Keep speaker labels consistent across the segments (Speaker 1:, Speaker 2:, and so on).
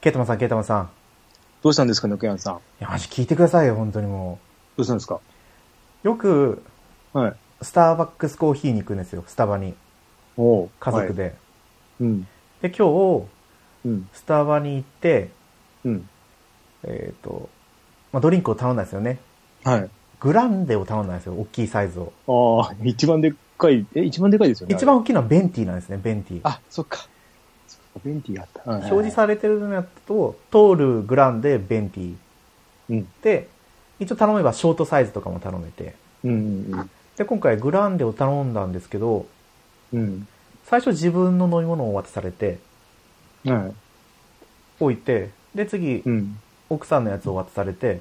Speaker 1: ケイタマンさん、ケイタマンさん。い
Speaker 2: どうしたんですかね、奥山さん。ど
Speaker 1: や、マジ聞いてくださいよ、本当にも
Speaker 2: うしたんですか
Speaker 1: う。よく、
Speaker 2: はい。
Speaker 1: スターバックスコーヒーに行くんですよ、スタバに。
Speaker 2: おう
Speaker 1: 家族。で。
Speaker 2: はいうん。
Speaker 1: で、今日、
Speaker 2: うん。
Speaker 1: スタバに行って、
Speaker 2: うん。
Speaker 1: えっ、と、まあ、ドリンクを頼んだんですよね。
Speaker 2: はい。
Speaker 1: グランデを頼んだんですよ、大きいサイズを。
Speaker 2: ああ、一番でっかい、え、一番でかいですよね。
Speaker 1: 一番
Speaker 2: あれ。
Speaker 1: 大きいのはベンティなんですね、ベンティ。
Speaker 2: あ、そっか。そっか、ベンティーあった。はい
Speaker 1: 表示されてるのやったと、トール、グランデ、ベンティ。
Speaker 2: うん。
Speaker 1: で、一応頼めばショートサイズとかも頼めて。
Speaker 2: うん。うん
Speaker 1: で、今回グランデを頼んだんですけど、
Speaker 2: うん。
Speaker 1: 最初自分の飲み物を渡されて、
Speaker 2: うん。はい。
Speaker 1: 置いて、で、次
Speaker 2: う、ん。
Speaker 1: 奥さんのやつを渡されて、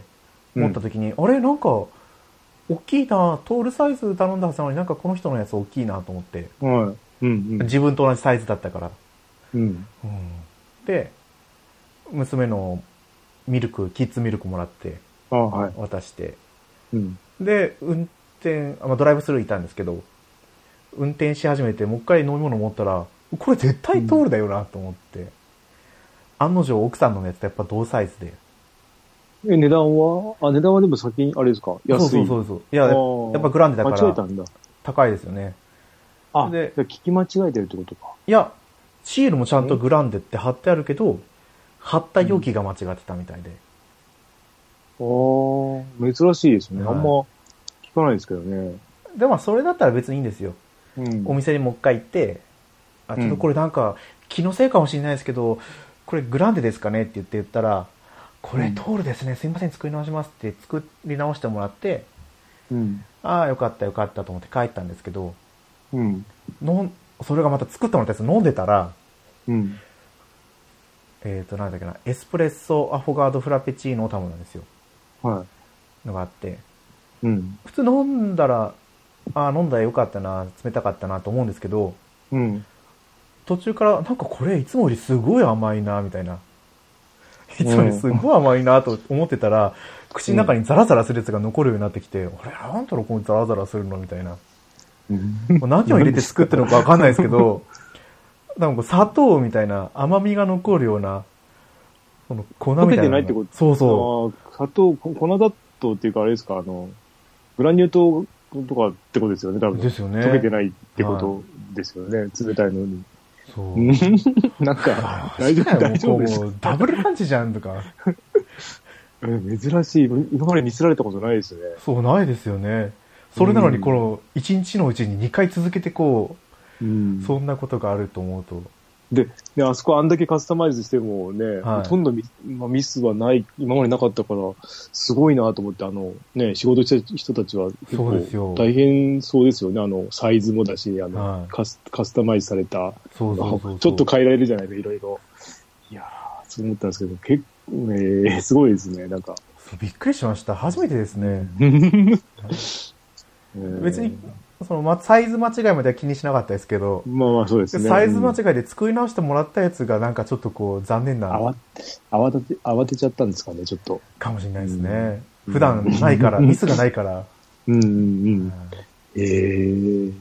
Speaker 2: うん
Speaker 1: 持った時に、あれなんか、大きいなトールサイズ頼んだはずなのになんかこの人のやつ大きいなと思って、
Speaker 2: はい。うん。
Speaker 1: 自分と同じサイズだったから。
Speaker 2: うん。うん。
Speaker 1: で、娘のミルク、キッズミルクもらって、
Speaker 2: ああ、はい。
Speaker 1: 渡して。
Speaker 2: うん。
Speaker 1: で、運転、あまあ、ドライブスルーいたんですけど、運転し始めて、もう一回飲み物持ったら、これ絶対通るだよなと思って。案の定奥さんのやつとやっぱ同サイズで。
Speaker 2: え、値段はあ、値段はでも先に、あれですか安い。。
Speaker 1: そうそうそううそう。いや、や
Speaker 2: ああ
Speaker 1: っぱグランデだか
Speaker 2: 間違えた
Speaker 1: ら
Speaker 2: んだ。
Speaker 1: 高いですよね。
Speaker 2: あ、
Speaker 1: で
Speaker 2: で聞き間違えてるってことか。
Speaker 1: いや、シールもちゃんとグランデって貼ってあるけど、貼った容器が間違ってたみたいで。
Speaker 2: ああ、珍しいですね。
Speaker 1: は
Speaker 2: あ
Speaker 1: い
Speaker 2: んま聞かないですけどね。
Speaker 1: で、まあそれだったら別にいいんですよ。
Speaker 2: うん
Speaker 1: お店にもう一回行って、あ、ちょっとこれなんか、気のせいかもしれないですけど、これグランデですかねって言って言ったら、これ
Speaker 2: うん
Speaker 1: トールですね、すいません、作り直しますって作り直してもらって、
Speaker 2: うん。
Speaker 1: ああ、よかったよかったと思って帰ったんですけど、
Speaker 2: うん。
Speaker 1: のんそれがまた作ってもらったやつ飲んでたら、
Speaker 2: うん。
Speaker 1: えっ、と、なんだっけな、エスプレッソアフォガードフラペチーノを頼んだんですよ。
Speaker 2: は
Speaker 1: のがあって、
Speaker 2: い。うん。
Speaker 1: 普通飲んだら、ああ、飲んだらよかったな、冷たかったなと思うんですけど、
Speaker 2: うん。
Speaker 1: 途中から、なんかこれいつもよりすごい甘いな、みたいな。いつもよりすごい甘いなと思ってたら、口の中にザラザラするやつが残るようになってきて、あれ、なんだろう、このザラザラするのみたいな。もう何を入れて作ってるのかわかんないですけど、なんか砂糖みたいな甘みが残るような、その粉みたいなのが。
Speaker 2: 溶けてないってこと
Speaker 1: そうそう。
Speaker 2: ああ、砂糖、こ粉砂糖っていうかあれですか、あの、グラニュー糖とかってことですよね、多分。
Speaker 1: ですよね。
Speaker 2: 溶けてないってことですよね、冷たいのに。
Speaker 1: そう。
Speaker 2: うんなんか、大丈夫、大丈夫です
Speaker 1: もうダブルパンチじゃんとか。
Speaker 2: え珍しい。今まで見せられたことないですね。
Speaker 1: そう、ないですよね。それなのに、この、一日のうちに2回続けてこ
Speaker 2: うん
Speaker 1: う、そんなことがあると思うと。
Speaker 2: で、ね、あそこあんだけカスタマイズしてもね、
Speaker 1: はい
Speaker 2: ほとんどミ,、まあ、ミスはない、今までなかったから、すごいなと思って、あの、ね、仕事してる人たちは結
Speaker 1: そうですよ
Speaker 2: 構大変そうですよね。あの、サイズもだし、あの、
Speaker 1: はい
Speaker 2: カスカスタマイズされた、
Speaker 1: そうそうそうそう。
Speaker 2: ちょっと変えられるじゃないですか、いろいろ。いやー、そう思ったんですけど、結構、ね、 すごいですね、なんか。
Speaker 1: そうびっくりしました。初めてですね。別
Speaker 2: 別
Speaker 1: に、その、ま、サイズ間違いまでは気にしなかったですけど、
Speaker 2: まあまあそうですね。
Speaker 1: サイズ間
Speaker 2: うん
Speaker 1: 違いで作り直してもらったやつがなんかちょっとこう、残念な
Speaker 2: 慌て、慌てて、慌てちゃったんですかね、ちょっと。
Speaker 1: かもしれないですね。
Speaker 2: うん
Speaker 1: 普段ないから、
Speaker 2: うん
Speaker 1: ミスがないから。
Speaker 2: うんうんう
Speaker 1: うん
Speaker 2: ん。ええ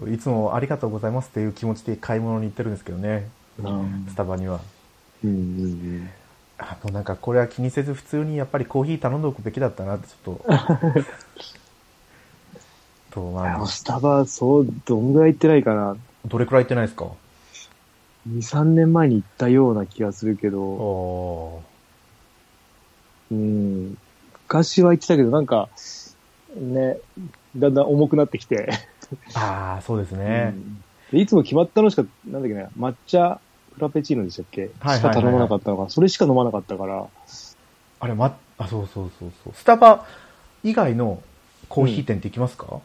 Speaker 1: そういつもありがとうございますっていう気持ちで買い物に行ってるんですけどね、
Speaker 2: うん
Speaker 1: スタバには。
Speaker 2: うんうん
Speaker 1: あの、なんかこれは気にせず普通にやっぱりコーヒー頼んでおくべきだったなってちょっと。と、
Speaker 2: うん。あ
Speaker 1: まあ
Speaker 2: の、、スタバ、そう、どんぐらい行ってないかな。
Speaker 1: どれくらい行ってないですか
Speaker 2: 2、3年前に行ったような気がするけど、
Speaker 1: お
Speaker 2: うん。昔は行ってたけど、なんか、ね、だんだん重くなってきて。
Speaker 1: ああ、そうですね
Speaker 2: う。んでいつも決まったのしか、なんだっけね、抹茶フラペチーノでしたっけ、
Speaker 1: はいはいはいはい
Speaker 2: しか頼まなかったのか、それしか飲まなかったから、
Speaker 1: あれ、ま、あ、そうそうそうそう。スタバ以外のコーヒー店って行きますか、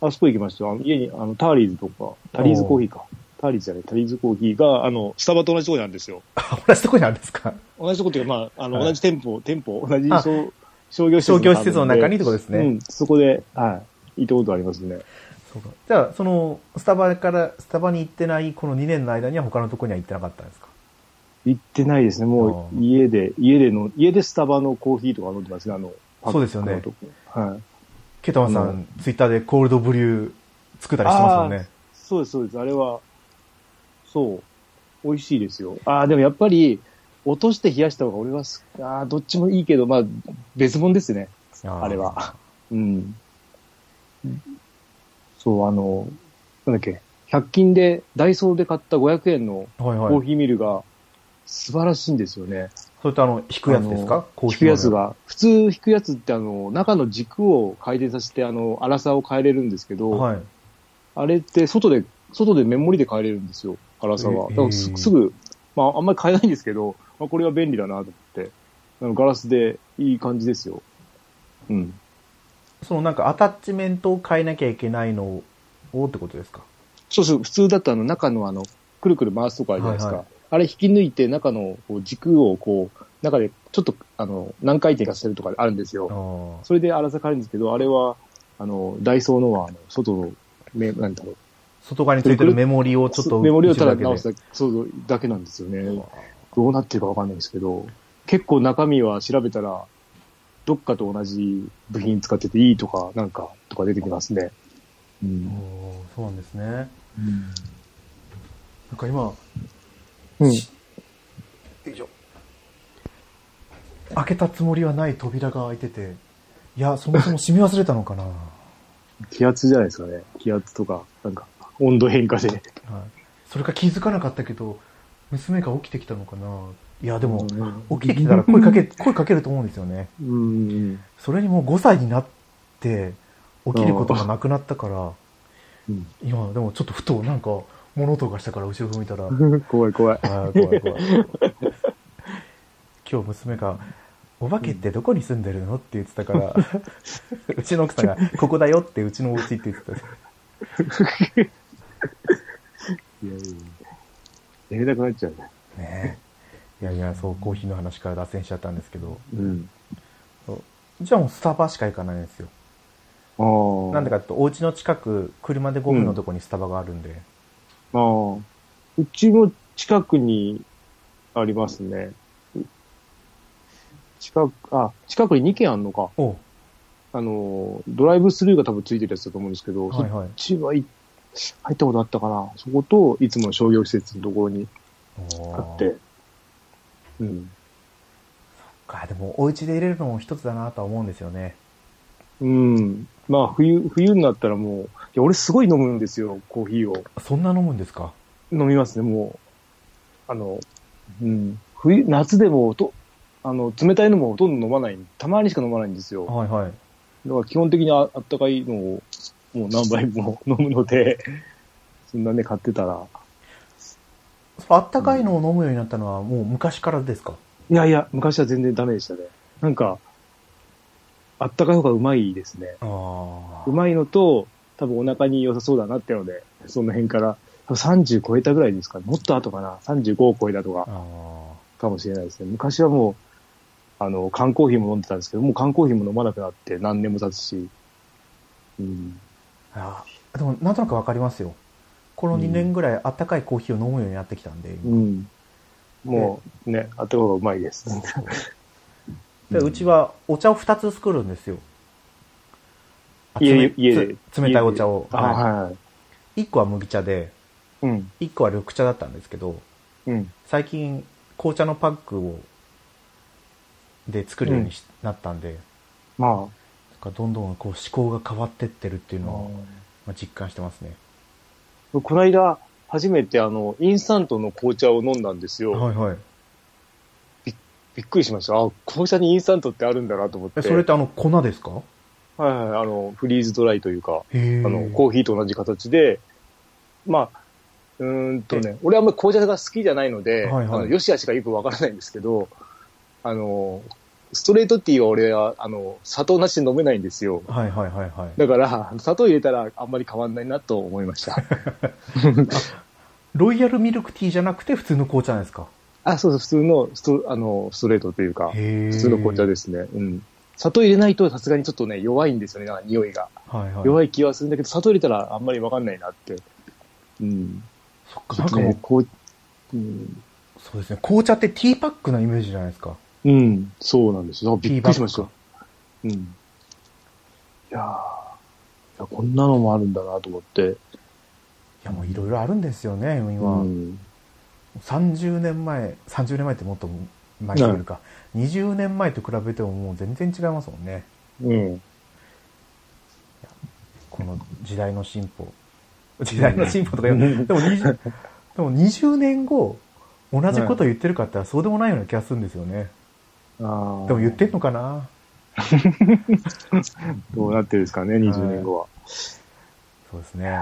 Speaker 2: あそこ行きましたよ。あの家に、あの、ターリーズとか、タリーズコーヒーか。ターリーズじゃない、タリーズコーヒーが、あの、スタバと同じとこにあるんですよ。
Speaker 1: あ、同じとこにあるんですか
Speaker 2: 同じとこっていうか、まあ、あの、
Speaker 1: はい
Speaker 2: 同じ店舗、店舗、同じ
Speaker 1: あ
Speaker 2: 商商業施設
Speaker 1: 商
Speaker 2: の
Speaker 1: 業施設の中にって
Speaker 2: あ
Speaker 1: ことです
Speaker 2: るんでう
Speaker 1: ね。
Speaker 2: ん、そこで、はい、行ったことありますね。
Speaker 1: そうかじゃあ、その、スタバから、スタバに行ってないこの2年の間には他のとこには行ってなかったんですか
Speaker 2: 行ってないですね。も
Speaker 1: あー
Speaker 2: う、家で、家での、家でスタバのコーヒーとか飲んでますね、あの、パック
Speaker 1: そうですよね
Speaker 2: のとこはい。
Speaker 1: ケタマンさ、
Speaker 2: うん
Speaker 1: ツイッターでコールドブリュー作ったりしてますよね。
Speaker 2: そうです、そうです。あれは、そう、美味しいですよ。ああ、でもやっぱり、落として冷やした方が俺はす、あーどっちもいいけど、まあ、別物ですね。
Speaker 1: あ
Speaker 2: あれは。うん。そう、あの、なんだっけ、100均で、ダイソーで買った500円の
Speaker 1: ー。はい
Speaker 2: コー
Speaker 1: はい。
Speaker 2: ヒーミルが素晴らしいんですよね。
Speaker 1: それとあの、引くやつです
Speaker 2: あ
Speaker 1: かコー
Speaker 2: 引
Speaker 1: ヒ
Speaker 2: く
Speaker 1: ーの
Speaker 2: やつ。が。普通引くやつって、あの、中の軸を回転させて、あの、粗さを変えれるんですけど、
Speaker 1: はい。
Speaker 2: あれって外で、外でメモリで変えれるんですよ、粗さは。
Speaker 1: え
Speaker 2: だからす
Speaker 1: えー
Speaker 2: すぐ、まあ、あんまり変えないんですけど、まあ、これは便利だなと思って。あのガラスでいい感じですよ。うん。
Speaker 1: そのなんかアタッチメントを変えなきゃいけないのをってことですか
Speaker 2: そうそう、普通だとあの中のあの、くるくる回すとかあるじゃないですか。
Speaker 1: はいは
Speaker 2: あれ引き抜いて中のこう軸をこう、中でちょっとあの、何回転かさせるとかあるんです
Speaker 1: あ
Speaker 2: よ。
Speaker 1: ー
Speaker 2: それで粗さ変えるんですけど、あれは、あの、ダイソーのは、あの外の、め、なんだろう。
Speaker 1: 外側についてるメモリをちょっと
Speaker 2: メモリをただ
Speaker 1: 打ち分
Speaker 2: 直
Speaker 1: け
Speaker 2: す
Speaker 1: て
Speaker 2: だけ、そう、だけなんですよね。
Speaker 1: あ
Speaker 2: どうなってるかわかんないんですけど、結構中身は調べたら、どっかと同じ部品使ってていいとか、なんか、とか出てきますね。う
Speaker 1: ー
Speaker 2: ん。
Speaker 1: おーそうなんですね。なんか今、
Speaker 2: うん。
Speaker 1: よいしょ開けたつもりはない扉が開いてて、いや、そもそも閉め忘れたのかな、は
Speaker 2: 気圧じゃないですかね。気圧とか、なんか、温度変化で。
Speaker 1: い、それか気づかなかったけど、娘が起きてきたのかないや、でも、起きてきたら声かけ、声かけると思うんですよね。
Speaker 2: うん。
Speaker 1: それにもう5歳になって、起きることがなくなったから、
Speaker 2: うん。
Speaker 1: 今、でもちょっとふと、なんか、物音がしたから後ろを見たら、
Speaker 2: うん。怖い怖い。
Speaker 1: あー怖い怖い今日娘が「お化けってどこに住んでるの?」って言ってたから うちの奥さんが「ここだよ」ってうちのお家って言ってた
Speaker 2: いやいやいや寝れなくなっちゃうね。
Speaker 1: ねえいやいやそうコーヒーの話から脱線しちゃったんですけど
Speaker 2: うん。
Speaker 1: じゃあもうスタバしか行かないんですよ
Speaker 2: ああ。
Speaker 1: なんでかっていうとお家の近く車で5分のとこにスタバがあるんで、
Speaker 2: ああ。うちも近くにありますね。近く、あ、近くに2軒あんのか。
Speaker 1: おう
Speaker 2: あの、ドライブスルーが多分ついてるやつだと思うんですけど、
Speaker 1: はいはい
Speaker 2: そっちはい入ったことあったかな。そこと、いつもの商業施設のところに
Speaker 1: お
Speaker 2: あ
Speaker 1: ー
Speaker 2: って。うん。
Speaker 1: かでもお家で入れるのも一つだなとは思うんですよね
Speaker 2: うん。まあ、冬、冬になったらもう、いや、俺すごい飲むんですよ、コーヒーを。
Speaker 1: そんな飲むんですか
Speaker 2: 飲みますね、もう。あの、うん。冬、夏でもと、あの、冷たいのもほとんど飲まない。たまにしか飲まないんですよ。
Speaker 1: はいはい
Speaker 2: だから基本的にああったかいのを、もう何杯も 飲むので、そんなね、買ってたら。
Speaker 1: そのあったかいのを飲むようになったのはもう昔からですか
Speaker 2: いやいや、昔は全然ダメでしたね。なんか、あったかい方がうまいですね。
Speaker 1: ああ
Speaker 2: うまいのと、多分お腹に良さそうだなってので、その辺から、多分30超えたぐらいですかね。もっと後かな。35を超えたとか。
Speaker 1: あ
Speaker 2: かもしれないですね。昔はもう、あの、缶コーヒーも飲んでたんですけど、もう缶コーヒーも飲まなくなって何年も経つし、うん。
Speaker 1: あーでもなんとなくわかりますよこの
Speaker 2: うん
Speaker 1: 2年ぐらいあったかいコーヒーを飲むようになってきたんで、
Speaker 2: う
Speaker 1: 今
Speaker 2: ん。もう、ね、あった方がうまいです。
Speaker 1: でうち、はお茶を2つ作るんですよあ
Speaker 2: 家で
Speaker 1: つめ
Speaker 2: 家で
Speaker 1: つ冷たいお茶を、
Speaker 2: あ、
Speaker 1: は
Speaker 2: はい。
Speaker 1: い、1個は麦茶で
Speaker 2: うん。
Speaker 1: 1個は緑茶だったんですけど
Speaker 2: うん。
Speaker 1: 最近紅茶のパックをで作るようにしなったんで、
Speaker 2: ま
Speaker 1: なんかどんどんこう思考が変わってってるっていう
Speaker 2: あ、
Speaker 1: のをまあ実感してますね、
Speaker 2: この間、初めてあの、インスタントの紅茶を飲んだんですよ。
Speaker 1: はいはい
Speaker 2: びっくりしました。あ、紅茶にインスタントってあるんだなと思って。
Speaker 1: えそれってあの粉ですか
Speaker 2: はいはい、あの、フリーズドライというか。
Speaker 1: へえ
Speaker 2: あの、コーヒーと同じ形で、まあ、うーんとね、俺あんまり紅茶が好きじゃないので、
Speaker 1: はいはい
Speaker 2: あの、よしあしがよくわからないんですけど、あの、ストレートティーは俺は、あの、砂糖なしで飲めないんですよ。
Speaker 1: はいはいはいはい
Speaker 2: だから、砂糖入れたらあんまり変わんないなと思い ました。
Speaker 1: ロイヤルミルクティーじゃなくて普通の紅茶なんですか
Speaker 2: あ、そうそう、普通のスト、あの、ストレートというか、
Speaker 1: 普
Speaker 2: 普通の紅茶ですね。うん。砂糖入れないとさすがにちょっとね、弱いんですよね、なんか匂いが。
Speaker 1: はいはい。
Speaker 2: 弱
Speaker 1: い。
Speaker 2: い気はするんだけど、砂糖入れたらあんまりわかんないなって。うん。
Speaker 1: そっか、なんかもう、
Speaker 2: こう、うん、
Speaker 1: そうですね。紅茶ってティーパックなイメージじゃないですか。
Speaker 2: うん、そうなんですよ。あびっくりしました
Speaker 1: ティー。
Speaker 2: うん。いやーいやこんなのもあるんだなと思って。
Speaker 1: いやもういろいろあるんですよね、
Speaker 2: う
Speaker 1: 今。
Speaker 2: ん。
Speaker 1: 30年前30年前ってもっと前というか、20年前と比べてももう全然違いますもんね
Speaker 2: うん。
Speaker 1: この時代の進歩時代の進歩とか言うでも 20, でも20年後同じこと言ってるかって言ったらそうでもないような気がするんですよね、
Speaker 2: ああ。
Speaker 1: でも言ってんのかな
Speaker 2: どうなってるんですかね、20年後は。
Speaker 1: そうですね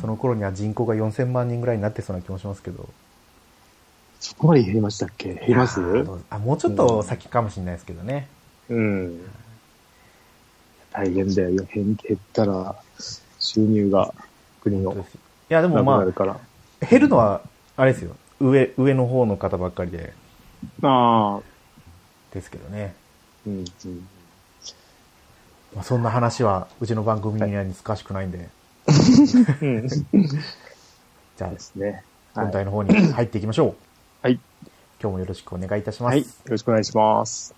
Speaker 1: その頃には人口が4000万人ぐらいになってそうな気もしますけど
Speaker 2: そこまで減りましたっけ減ります
Speaker 1: あーどうあもうちょっと先かもしれないですけどね、
Speaker 2: うん。大変だよ。減減ったら、収入が国の
Speaker 1: いやで
Speaker 2: な
Speaker 1: も
Speaker 2: くな
Speaker 1: ま
Speaker 2: るから。
Speaker 1: あ減るのはあれですよ上上の方の方ばっかりで
Speaker 2: ああ。
Speaker 1: ですけどね、
Speaker 2: うん。うん
Speaker 1: まあ、そんな話はうちの番組には難しくないんで、
Speaker 2: うん。で
Speaker 1: じゃあ
Speaker 2: すね。はい
Speaker 1: 本題の方に入っていきましょう
Speaker 2: はい。
Speaker 1: 今日もよろしくお願いいたします、
Speaker 2: はい。よろしくお願いします。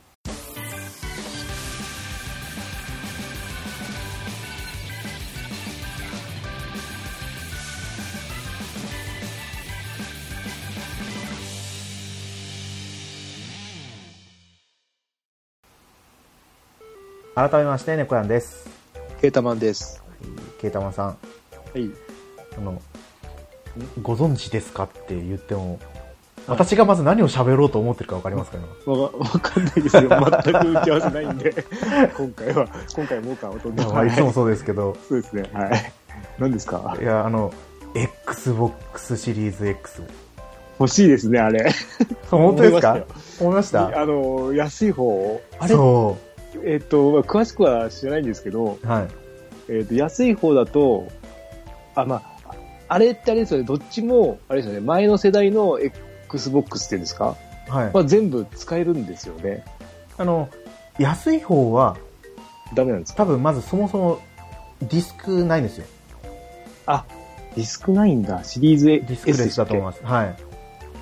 Speaker 1: 改めまして猫やんです
Speaker 2: ケータマンです。
Speaker 1: ケイタマンさん
Speaker 2: はい。
Speaker 1: あのご存知ですかって言っても私がまず何を喋ろうと思ってるか分かります かね
Speaker 2: わかわかんないですよ。全く打ち合わせないんで、 今回は、今回もうかを飛んで
Speaker 1: まあいつもそうですけど
Speaker 2: そうですね。はい。何ですか
Speaker 1: いやあの XBOX シリーズ X
Speaker 2: 欲しいですね、あれ。
Speaker 1: 本当ですか思いまし
Speaker 2: あ
Speaker 1: た
Speaker 2: の、安い方あれ、
Speaker 1: そ
Speaker 2: えっ、と、まあ詳しくは知らないんですけど、
Speaker 1: うはい
Speaker 2: えっ、と、安い方だと、あ、まあ、あれってあれですよね、どっちも、あれですよね、前の世代の Xbox っていうんですか、
Speaker 1: はい
Speaker 2: まあ、全部使えるんですよね。
Speaker 1: あの安い方は
Speaker 2: ダメなんですか
Speaker 1: 多分まずそもそもディスクないんですよ
Speaker 2: あ、ディスクないんだ。シリーズ S
Speaker 1: ディスクレスだと思い
Speaker 2: ま
Speaker 1: ますはい
Speaker 2: す。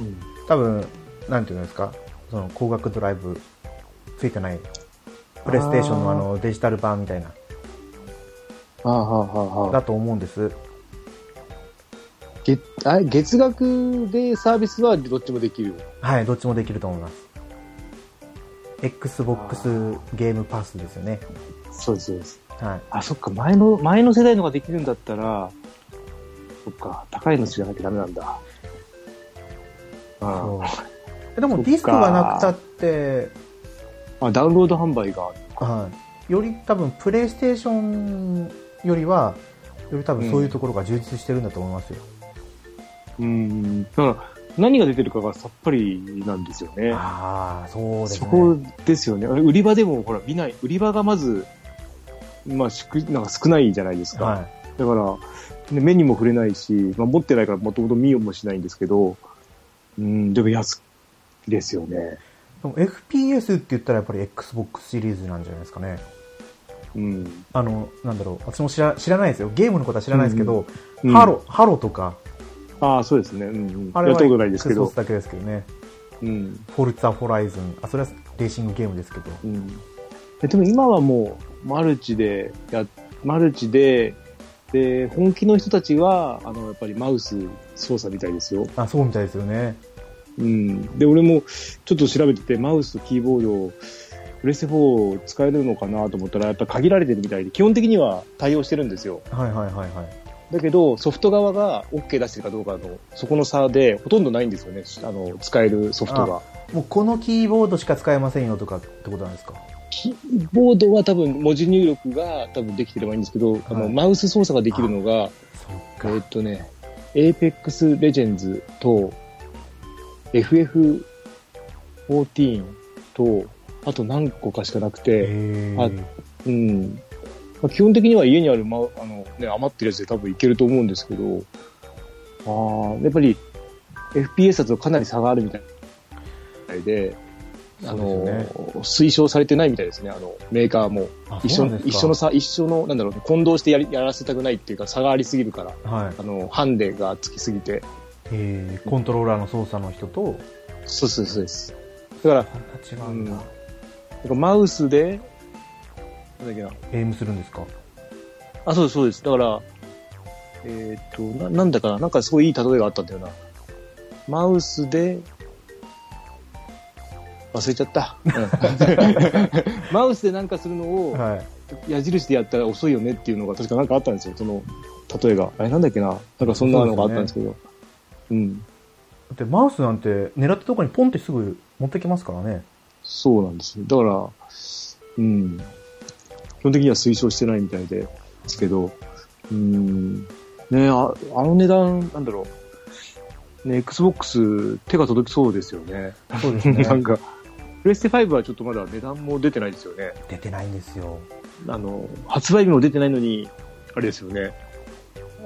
Speaker 2: うん
Speaker 1: 多分なんていうんですかその光学ドライブついてないプレイステーションのあのデジタル版みたいな
Speaker 2: はあはあはあはあ
Speaker 1: だと思うんです
Speaker 2: 月あ月額でサービスはどっちもできる。
Speaker 1: はいどっちもできると思います XBOX ゲームパスですよね
Speaker 2: そうです、そうです。
Speaker 1: はい
Speaker 2: あ、そっか、前の、前の世代のができるんだったら、そっか、高いの知らなきゃダメなんだ。あ
Speaker 1: そうでもディスクがなくたって
Speaker 2: あダウンロード販売が、
Speaker 1: はい、より多分プレイステーションよりはより多分そういうところが充実してるんだと思いますよ、
Speaker 2: うん、だから何が出てるかがさっぱりなんですよね。
Speaker 1: ああそうです
Speaker 2: そ
Speaker 1: ね
Speaker 2: こですよね。売り場でもほら、見ない、売り場がまず、まあ、しくなんか少ないじゃないですか。
Speaker 1: は
Speaker 2: だから、ね目にも触れないし、まあ、持ってないからもともと見ようもしないんですけど、うん、でも安いですよね。
Speaker 1: い、でも FPS って言ったらやっぱり XBOX シリーズなんじゃないですかね
Speaker 2: うん。
Speaker 1: あのなんだろう私も知ら知らないですよゲームのことは知らないですけど、
Speaker 2: うん
Speaker 1: ハロハロとか
Speaker 2: ああ、そうですね。うん、うん。
Speaker 1: あ
Speaker 2: や
Speaker 1: れ
Speaker 2: った
Speaker 1: は
Speaker 2: ことないですけど
Speaker 1: XBOX。だけですけどね
Speaker 2: うん。
Speaker 1: フォルツァホライズンあそれはレーシングゲームですけど
Speaker 2: うん。えでも今はもう、マルチで、や、マルチで、で、本気の人たちは、あの、やっぱりマウス操作みたいですよ。
Speaker 1: あそうみたいですよね
Speaker 2: うん。で、俺もちょっと調べてて、マウスとキーボードを、プレステ4使えるのかなと思ったら、やっぱ限られてるみたいで、基本的には対応してるんですよ。
Speaker 1: はいはいはいはい
Speaker 2: だけど、ソフト側が OK 出してるかどうかの、そこの差で、ほとんどないんですよね。あの、使えるソフトが。
Speaker 1: もうこのキーボードしか使えませんよとかってことなんですか
Speaker 2: キーボードは多分文字入力が多分できてればいいんですけど、あの、マウス操作ができるのが、
Speaker 1: そっ
Speaker 2: えーっとね、Apex Legends と、FF14 と、あと何個かしかなくて、
Speaker 1: へ
Speaker 2: あ
Speaker 1: ー
Speaker 2: うん。まあ、基本的には家にある、ま、あの、ね、余ってるやつで多分いけると思うんですけど、ああ、やっぱり FPS だとかなり差があるみたいで、あ
Speaker 1: そう
Speaker 2: の、
Speaker 1: ですよね
Speaker 2: 推奨されてないみたいですね、あの、メーカーも。
Speaker 1: あ
Speaker 2: 一
Speaker 1: そう
Speaker 2: 緒
Speaker 1: なんですか
Speaker 2: 一緒の差、一緒の、なんだろう、混同してやりやらせたくないっていうか、差がありすぎるから、
Speaker 1: はい
Speaker 2: あの、ハンデがつきすぎて。
Speaker 1: えーコントローラーの操作の人と
Speaker 2: そうそうそうです。だ
Speaker 1: あ
Speaker 2: から、
Speaker 1: んな違うんだ、
Speaker 2: うんなんかマウスで、なんだっけな。
Speaker 1: エイムするんですか
Speaker 2: あ、そうです、そうです。だから、えーっと、な、なんだかな、なんかすごいいい例えがあったんだよな。マウスで、忘れちゃった。 マウスでなん かするのを、
Speaker 1: はい。
Speaker 2: 矢印でやったら遅いよねっていうのが確かなんかあったんですよ、その、例えが。あれなんだっけな。なんかそんなのがあったんですけど。うん。
Speaker 1: だってマウスなんて狙ったところにポンってすぐ持ってきますからね。
Speaker 2: そうなんですよ。だから、うん。基本的には推奨してないみたいですけど、うん。ねああの値段、なんだろう。ね、Xbox 手が届きそうですよね。
Speaker 1: そうですね。
Speaker 2: なんか、プレステ5はちょっとまだ値段も出てないですよね。
Speaker 1: 出てないんですよ。
Speaker 2: あの、発売日も出てないのに、あれですよね。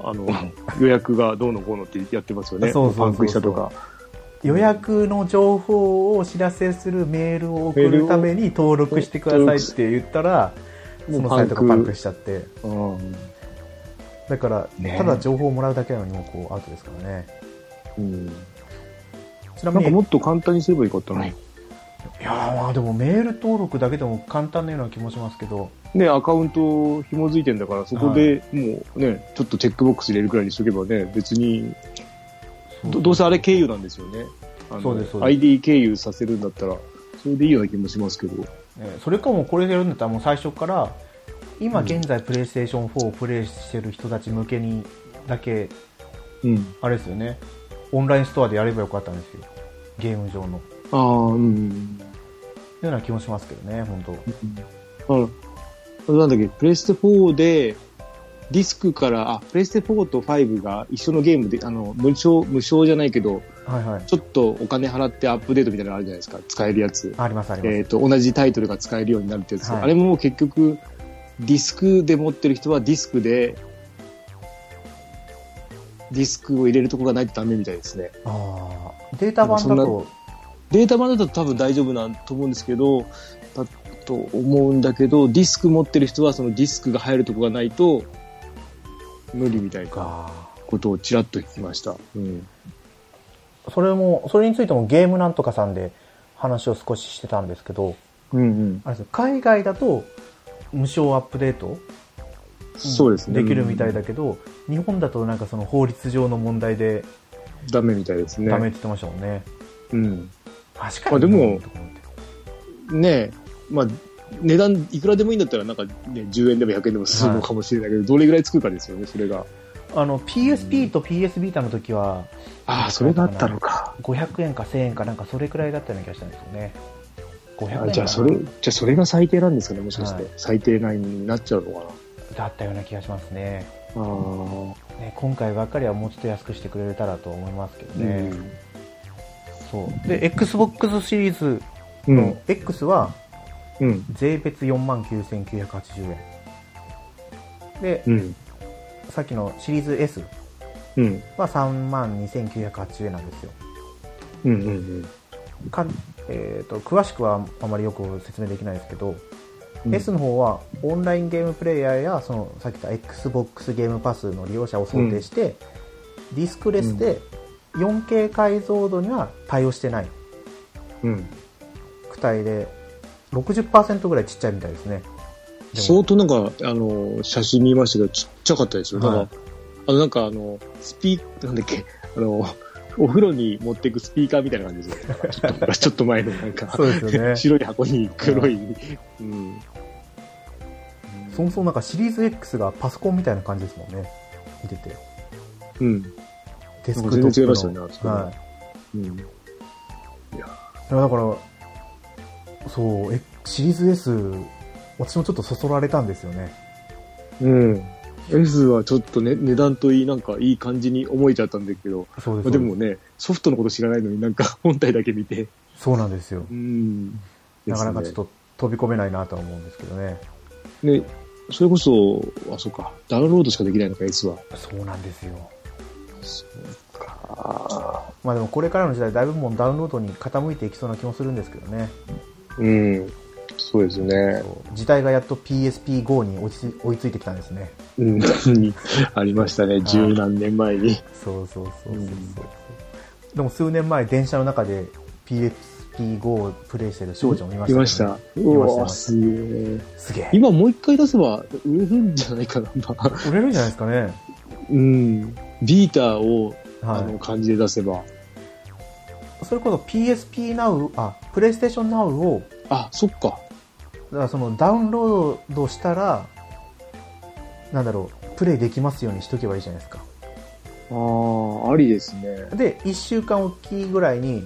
Speaker 2: あの、予約がどうのこうのってやってますよね。
Speaker 1: そうそうそうそう
Speaker 2: パンクしたとか。
Speaker 1: 予約の情報をお知らせするメールを送るために登録してくださいって言ったら、そのサイトがパンクしちゃって。
Speaker 2: うん。
Speaker 1: だから、
Speaker 2: ね
Speaker 1: ただ情報をもらうだけなのにもうこうアウトですからね。
Speaker 2: うん。
Speaker 1: ちな
Speaker 2: な
Speaker 1: み
Speaker 2: んか
Speaker 1: に、
Speaker 2: もっと簡単にすればよかったのに。
Speaker 1: いやーまあでもメール登録だけでも簡単なような気もしますけど、
Speaker 2: ね、アカウント紐づいてんだから、そこでもうね、ちょっとチェックボックス入れるくらいにしとけばね、別に、どどうせあれ経由なんですよね。あの
Speaker 1: そうですそうです
Speaker 2: ID 経由させるんだったら、それでいいような気もしますけど。
Speaker 1: えーそれかもうこれでやるんだったらもう最初から今
Speaker 2: うん
Speaker 1: 現在プレイステーション4をプレイしてる人たち向けにだけ
Speaker 2: うん。
Speaker 1: あれですよねオンラインストアでやればよかったんですよゲーム上のよ
Speaker 2: ああ、うん。
Speaker 1: うな気もしますけどね本当
Speaker 2: うん。あれなんだっけ、プレステ4で、ディスクから、あ、プレステ4と5が一緒のゲームで、あの、無償、無償じゃないけど、
Speaker 1: はいはい
Speaker 2: ちょっとお金払ってアップデートみたいなのあるじゃないですか、使えるやつ。
Speaker 1: ありますあります、
Speaker 2: えっ、と、同じタイトルが使えるようになるってやつ。
Speaker 1: はい
Speaker 2: あれももう結局、ディスクで持ってる人はディスクで、ディスクを入れるとこがないとダメみたいですね。
Speaker 1: あーデータ版だ
Speaker 2: なんか
Speaker 1: と
Speaker 2: データ版だと多分大丈夫なんと思うんですけど、だと思うんだけど、ディスク持ってる人はそのディスクが入るとこがないと、無理みたいな
Speaker 1: か
Speaker 2: ことをちらっと聞きました。うん。
Speaker 1: それもそれについてもゲームなんとかさんで話を少ししてたんですけど
Speaker 2: うんうん。
Speaker 1: あれですよ海外だと無償アップデート
Speaker 2: そうですね。
Speaker 1: できるみたいだけど、日本だとなんかその法律上の問題で
Speaker 2: うんダメみたいですね。
Speaker 1: ダメって言ってましたもんね。
Speaker 2: うん。
Speaker 1: 確か
Speaker 2: まあ
Speaker 1: に。
Speaker 2: でもねえ、まあ、値段いくらでもいいんだったら、なんか、ね、10円でも100円でもするのかもしれないけど、どれぐらいつくかですよね、それが。
Speaker 1: あの PSP と PS ビータの時は
Speaker 2: ああ、それがあったのか。
Speaker 1: 500円か1000円かなんかそれくらいだったような気がしたんですよね。500円か
Speaker 2: あ
Speaker 1: な
Speaker 2: じゃあ、それ、じゃあ、それが最低なんですかね、もしかして。
Speaker 1: はい
Speaker 2: 最低ラインになっちゃうのかな。
Speaker 1: だったような気がしますね。
Speaker 2: あー
Speaker 1: ね今回ばっかりはもうちょっと安くしてくれたらと思いますけどね。
Speaker 2: う
Speaker 1: そう。で、Xbox シリーズ
Speaker 2: ん。う
Speaker 1: の
Speaker 2: ん。
Speaker 1: X は
Speaker 2: うん。
Speaker 1: 税別49,980円。で、
Speaker 2: うん。
Speaker 1: さっきのシリーズ S
Speaker 2: うん。
Speaker 1: は32,980円なんですよ。
Speaker 2: うん。うん。
Speaker 1: かえー、と詳しくはあまりよく説明できないですけど、
Speaker 2: うん。
Speaker 1: S の方はオンラインゲームプレイヤーやそのさっき言った XBOX ゲームパスの利用者を想定して、ディスクレスで 4K 解像度には対応してない
Speaker 2: うん。
Speaker 1: 躯体で60%ぐらいちっちゃいみたいですねでも
Speaker 2: 相当なんか、あの、写真見ましたけど、ちっちゃかったですよ。なんか、
Speaker 1: はい
Speaker 2: あの、なんかあの、スピー、なんだっけ、あの、お風呂に持っていくスピーカーみたいな感じですよ。ちょっと ちょっと前のなんか、
Speaker 1: そうですよね
Speaker 2: 白い箱に黒い、うん。
Speaker 1: そもそもなんかシリーズ X がパソコンみたいな感じですもんね見てて
Speaker 2: うん。
Speaker 1: デスクト
Speaker 2: なんか全然違いまし
Speaker 1: ッ
Speaker 2: た
Speaker 1: プ
Speaker 2: よね
Speaker 1: の、
Speaker 2: あそこね
Speaker 1: はい、
Speaker 2: うん。
Speaker 1: いやだからそうえシリーズ S 私もちょっとそそられたんですよね
Speaker 2: うん。S はちょっとね、値段といい、なんかいい感じに思えちゃったんだけど、
Speaker 1: そうです
Speaker 2: まあ、でもね、ソフトのこと知らないのになんか 本体だけ見て、
Speaker 1: そうなんですよ
Speaker 2: うん。
Speaker 1: なかなかちょっ
Speaker 2: と
Speaker 1: と飛び込めないなとは思うんですけどね
Speaker 2: ね、それこそ、あ、そうか、ダウンロードしかできないのか、S は。
Speaker 1: そうなんですよ
Speaker 2: そうか。
Speaker 1: まあでもこれからの時代だいぶもうダウンロードに傾いていきそうな気もするんですけどね
Speaker 2: うん。そうですね。
Speaker 1: そう時代がやっと PSPGO に追いつ追いついてきたんですね
Speaker 2: うん。 ありましたね、十何年前に。
Speaker 1: そうそうそうそうそう、
Speaker 2: うん
Speaker 1: でも数年前電車の中で PSPGO をプレイしてる少女を見ました、
Speaker 2: いました。う
Speaker 1: いました
Speaker 2: わ、すげえ。
Speaker 1: すげえ
Speaker 2: 今もう一回出せば売れるんじゃないかな、まあ
Speaker 1: 売れるんじゃないですかね
Speaker 2: うん。ビーターを、あ
Speaker 1: はい
Speaker 2: の、感じで出せば。
Speaker 1: それこそ PSP Now、あ、PlayStation Now を、
Speaker 2: あ、そっか。
Speaker 1: だからそのダウンロードしたら、なんだろう、プレイできますようにしとけばいいじゃないですか。
Speaker 2: ああ、ありですね。
Speaker 1: で、1週間おきぐらいに、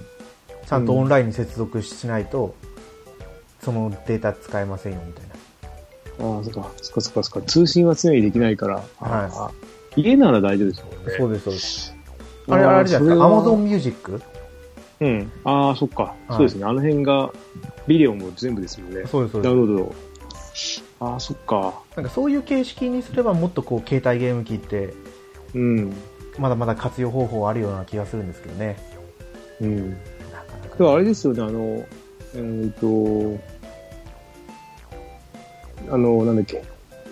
Speaker 1: ちゃんとオンラインに接続しないと、そのデータ使えませんよ、みたいな。
Speaker 2: ああ、そっか、そっかそっかそっか。通信は常にできないから。
Speaker 1: は
Speaker 2: あ家なら大丈夫ですもんね。
Speaker 1: そう
Speaker 2: う
Speaker 1: です、そうです。
Speaker 2: ん
Speaker 1: あれ、あれじゃないですか。
Speaker 2: それ
Speaker 1: Amazon
Speaker 2: は
Speaker 1: Music?
Speaker 2: うん。ああ、そっか、そうですね。あの辺が、ビデオも全部ですもんね。
Speaker 1: そうです、そう
Speaker 2: ダ
Speaker 1: で
Speaker 2: ウ
Speaker 1: す。
Speaker 2: ンロード。ああ、そっか。
Speaker 1: なんかそういう形式にすればもっとこう、携帯ゲーム機って、
Speaker 2: うん。
Speaker 1: まだまだ活用方法あるような気がするんですけどね。
Speaker 2: うん。
Speaker 1: なかな
Speaker 2: だから
Speaker 1: か。
Speaker 2: あれですよね、あの、えーっと、あの、なんだっけ、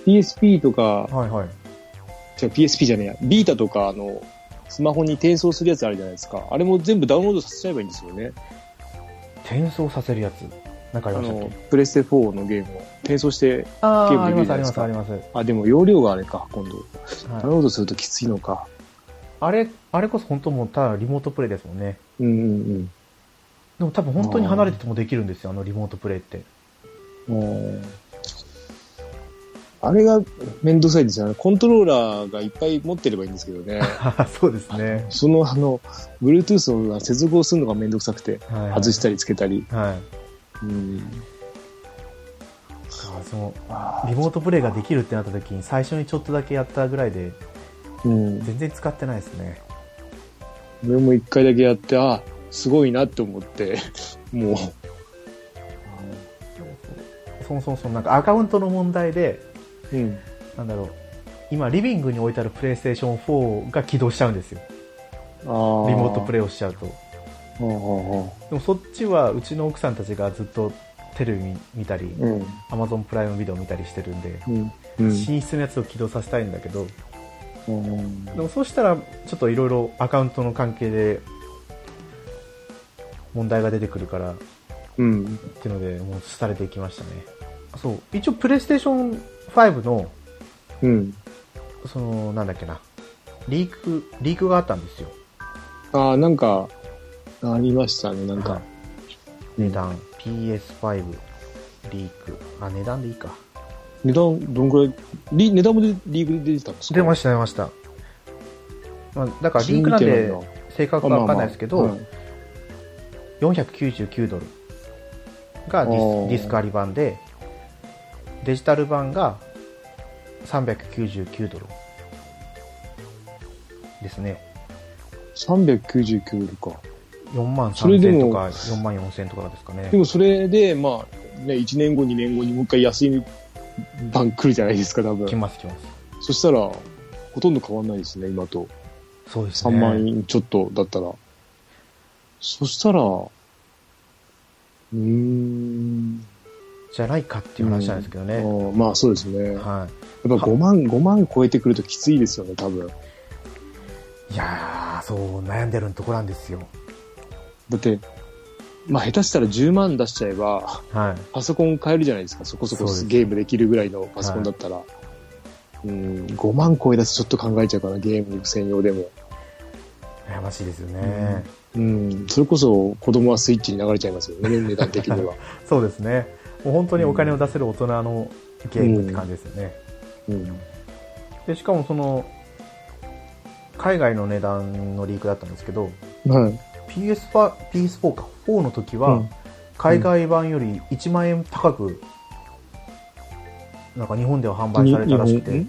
Speaker 2: PSP とか、
Speaker 1: はいはい。
Speaker 2: 違う PSP じゃねえや、ビータとか、あの、スマホに転送するやつあるじゃないですか。あれも全部ダウンロードさせちゃえばいいんですよね。
Speaker 1: 転送させるやつ。なんかあ
Speaker 2: あ
Speaker 1: りましたっ
Speaker 2: の
Speaker 1: け、
Speaker 2: プレステ4のゲームを転送して、
Speaker 1: あ
Speaker 2: ゲー
Speaker 1: ー
Speaker 2: ム
Speaker 1: あり
Speaker 2: できる
Speaker 1: ま
Speaker 2: じ
Speaker 1: す、
Speaker 2: ゃ
Speaker 1: あり
Speaker 2: ないで
Speaker 1: ますす、
Speaker 2: か
Speaker 1: あります。
Speaker 2: あ、でも容量があれか、今度。ダウン
Speaker 1: はい
Speaker 2: ロードするときついのか。
Speaker 1: あれ、あれこそ本当もうただリモートプレイですもんね。
Speaker 2: うんうん
Speaker 1: でも多分本当に離れててもできるんですよ、あのリモートプレイって。
Speaker 2: うん。うんあれがめんどくさいですよね。コントローラーがいっぱい持ってればいいんですけど ね。
Speaker 1: そうですね。
Speaker 2: その、あの、Bluetooth の接続をするのがめんどくさくて、
Speaker 1: はい、
Speaker 2: 外したりつけたり。
Speaker 1: た。はい。
Speaker 2: うん。
Speaker 1: あその
Speaker 2: あ
Speaker 1: リモートプレイができるってなった時に最初にちょっとだけやったぐらいで
Speaker 2: ーうん。
Speaker 1: 全然使ってないですね。
Speaker 2: 俺も一回だけやって、あーすごいなって思って、 もう。
Speaker 1: そもそもそのなんかアカウントの問題で、
Speaker 2: うん。
Speaker 1: なんだろう。今リビングに置いてあるプレイステーション4が起動しちゃうんですよ。
Speaker 2: リモ
Speaker 1: リモートプ
Speaker 2: レイ。
Speaker 1: レイをしちゃうと。で
Speaker 2: あー
Speaker 1: もそっちはうちの奥さんたちがずっとテレビ見たり、
Speaker 2: うん。
Speaker 1: Amazon プライムビデオ見たりしてるんで、
Speaker 2: うん。うん
Speaker 1: 寝室のやつを起動させたいんだけど、
Speaker 2: うん
Speaker 1: でもそうしたら、ちょっといろいろアカウントの関係で問題が出てくるからっ
Speaker 2: うん。
Speaker 1: ていうので、もう廃れていきましたね。そう。一応、プレイステーション5の、
Speaker 2: うん。
Speaker 1: その、なんだっけな、リーク、リークがあったんですよ。
Speaker 2: ああ、なんか、ありましたね、なん
Speaker 1: は
Speaker 2: か
Speaker 1: い。値段、PS5、リーク。あ、値段でいいか。
Speaker 2: 値段、どんぐらい、リ値段もでリーグで出てたんですか
Speaker 1: 出ま
Speaker 2: し
Speaker 1: した、出ました。まあ、だから、リークなんで、正確はわかんないですけど、499ドルがディ
Speaker 2: おー
Speaker 1: スディスカリ版でデジタル版が399ドルですね
Speaker 2: 399ドルか。
Speaker 1: 4万
Speaker 2: それで
Speaker 1: 3000
Speaker 2: も
Speaker 1: とか4万4000とかですかね
Speaker 2: でもそれで、まあ、ね、1年後、2年後にもう一回安い番来るじゃないですか、多
Speaker 1: き
Speaker 2: 分。
Speaker 1: ますきます
Speaker 2: そしたら、ほとんど変わんないですね、今と。
Speaker 1: そうです
Speaker 2: 3
Speaker 1: ね
Speaker 2: 万円ちょっとだったら。そしたら、うーん。
Speaker 1: じゃないかっていう話なんですけど
Speaker 2: あ
Speaker 1: ね、
Speaker 2: ーまあそうですね。やっぱ
Speaker 1: は
Speaker 2: 5万、5万超えてくるときついですよね、多分。
Speaker 1: い、いやーそう悩んでるとこなんですよ
Speaker 2: だって、まあ下手したら10万出しちゃえば、
Speaker 1: はい
Speaker 2: パソコン買えるじゃないですか、そこそこ
Speaker 1: そうです
Speaker 2: ゲームできるぐらいのパソコンだったら。うん、5万超えだとちょっと考えちゃうから、ゲーム専用でも。
Speaker 1: 悩ましいですよね、
Speaker 2: うん、それこそ子供はスイッチに流れちゃいますよ ね、値段的には。
Speaker 1: そうですねもう本当にお金を出せる大人のゲームって感じですよね、
Speaker 2: うん、
Speaker 1: でしかもその海外の値段のリークだったんですけど
Speaker 2: はい。
Speaker 1: PS4, PS4 か4の時は海外版より1万円高くなんか日本では販売されたらしくて
Speaker 2: に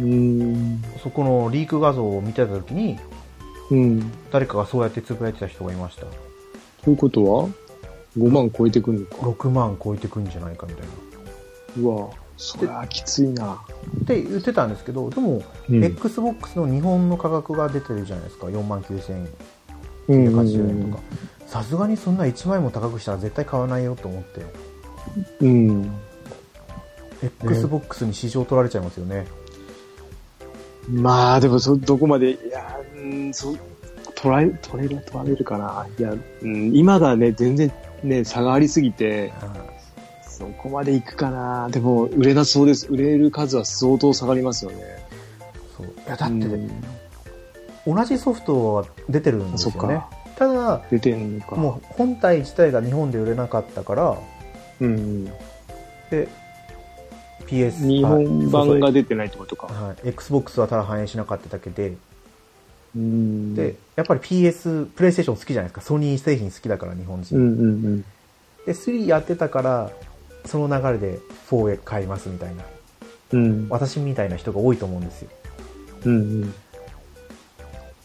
Speaker 2: うん。
Speaker 1: そこのリーク画像を見てた時に
Speaker 2: うん。
Speaker 1: 誰かがそうやってつぶやいてた人がいました
Speaker 2: ということは、5万超えてくるのか。
Speaker 1: 6万超えてくんじゃないかみたいな
Speaker 2: うわ、そりゃきついな。
Speaker 1: って言ってたんですけどでも、
Speaker 2: うん。
Speaker 1: XBOX の日本の価格が出てるじゃないですか4万9000円
Speaker 2: うん
Speaker 1: 80円とかさすがにそんな1万円も高くしたら絶対買わないよと思って
Speaker 2: うん。
Speaker 1: XBOX に市場取られちゃいますよね
Speaker 2: まあ、でもそ、どこまで、いや、うん、そう、捉え、取れる、取られるかな。いや、うん、今がね、全然ね、差がありすぎて、そこまでいくかな。でも、売れなそうです。売れる数は相当下がりますよね。
Speaker 1: そういやだって、
Speaker 2: うん
Speaker 1: 同じソフトは出てるんです
Speaker 2: そ
Speaker 1: よ
Speaker 2: っ
Speaker 1: ね
Speaker 2: か。
Speaker 1: ただ、
Speaker 2: 出てんのか。
Speaker 1: もう本体自体が日本で売れなかったから、
Speaker 2: うん。
Speaker 1: で、PS、
Speaker 2: 日本版が
Speaker 1: はい
Speaker 2: 出てないってことか。
Speaker 1: はい、Xbox はただ反映しなかっただけで、
Speaker 2: うん。
Speaker 1: で、やっぱり PS、プレイステーション好きじゃないですか。ソニー製品好きだから、日本人。
Speaker 2: うんうんうん。
Speaker 1: で、3やってたから、その流れで4へ買いますみたいな。
Speaker 2: うん。
Speaker 1: 私みたいな人が多いと思うんですよ。
Speaker 2: うんうん。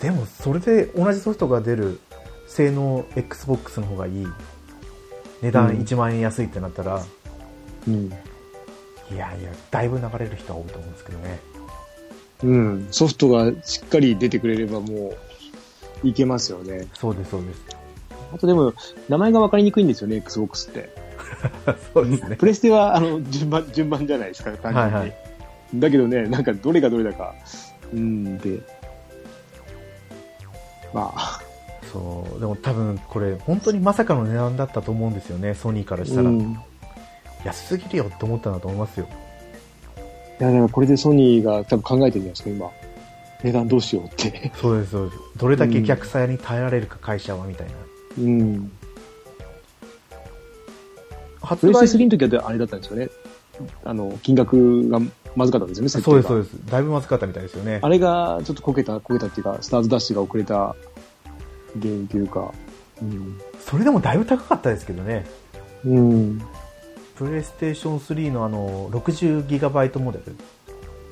Speaker 1: でも、それで同じソフトが出る性能 Xbox の方がいい。値段
Speaker 2: うん
Speaker 1: 1万円安いってなったら、
Speaker 2: うん。
Speaker 1: いやいや、だいぶ流れる人は多いと思うんですけどね。
Speaker 2: うん、ソフトがしっかり出てくれればもういけますよね。
Speaker 1: そうです、そうです。
Speaker 2: あとでも、名前がわかりにくいんですよね、Xbox って。
Speaker 1: そうですね。
Speaker 2: プレステは、あの、 順番、順番じゃないですか、単純に。
Speaker 1: はいはい
Speaker 2: だけどね、なんかどれがどれだか、うんで。まあ、
Speaker 1: そう。でも多分これ、本当にまさかの値段だったと思うんですよね、ソニーからしたら。
Speaker 2: うんい
Speaker 1: 安すぎるよと思ったんだと思いますよ。
Speaker 2: や、だからこれでソニーが多分考えてるんじゃないですか、今。値段どうしようって。
Speaker 1: そうです、そうです。どれだけ逆さやに耐えられるか、会社は、みたいな。
Speaker 2: うん。
Speaker 1: 発
Speaker 2: プレ
Speaker 1: 売
Speaker 2: ステ3の時はあれだったんですよね。あの、金額がまずかったんですよね、設定
Speaker 1: そう
Speaker 2: が
Speaker 1: です、そうです。だいぶまずかったみたいですよね
Speaker 2: あ。れがちょっとこけた、こけたっていうか、スターズダッシュが遅れた原因というか、うん。
Speaker 1: それでもだいぶ高かったですけどね。
Speaker 2: うん。
Speaker 1: プレイステーション3のあの、60GB モデ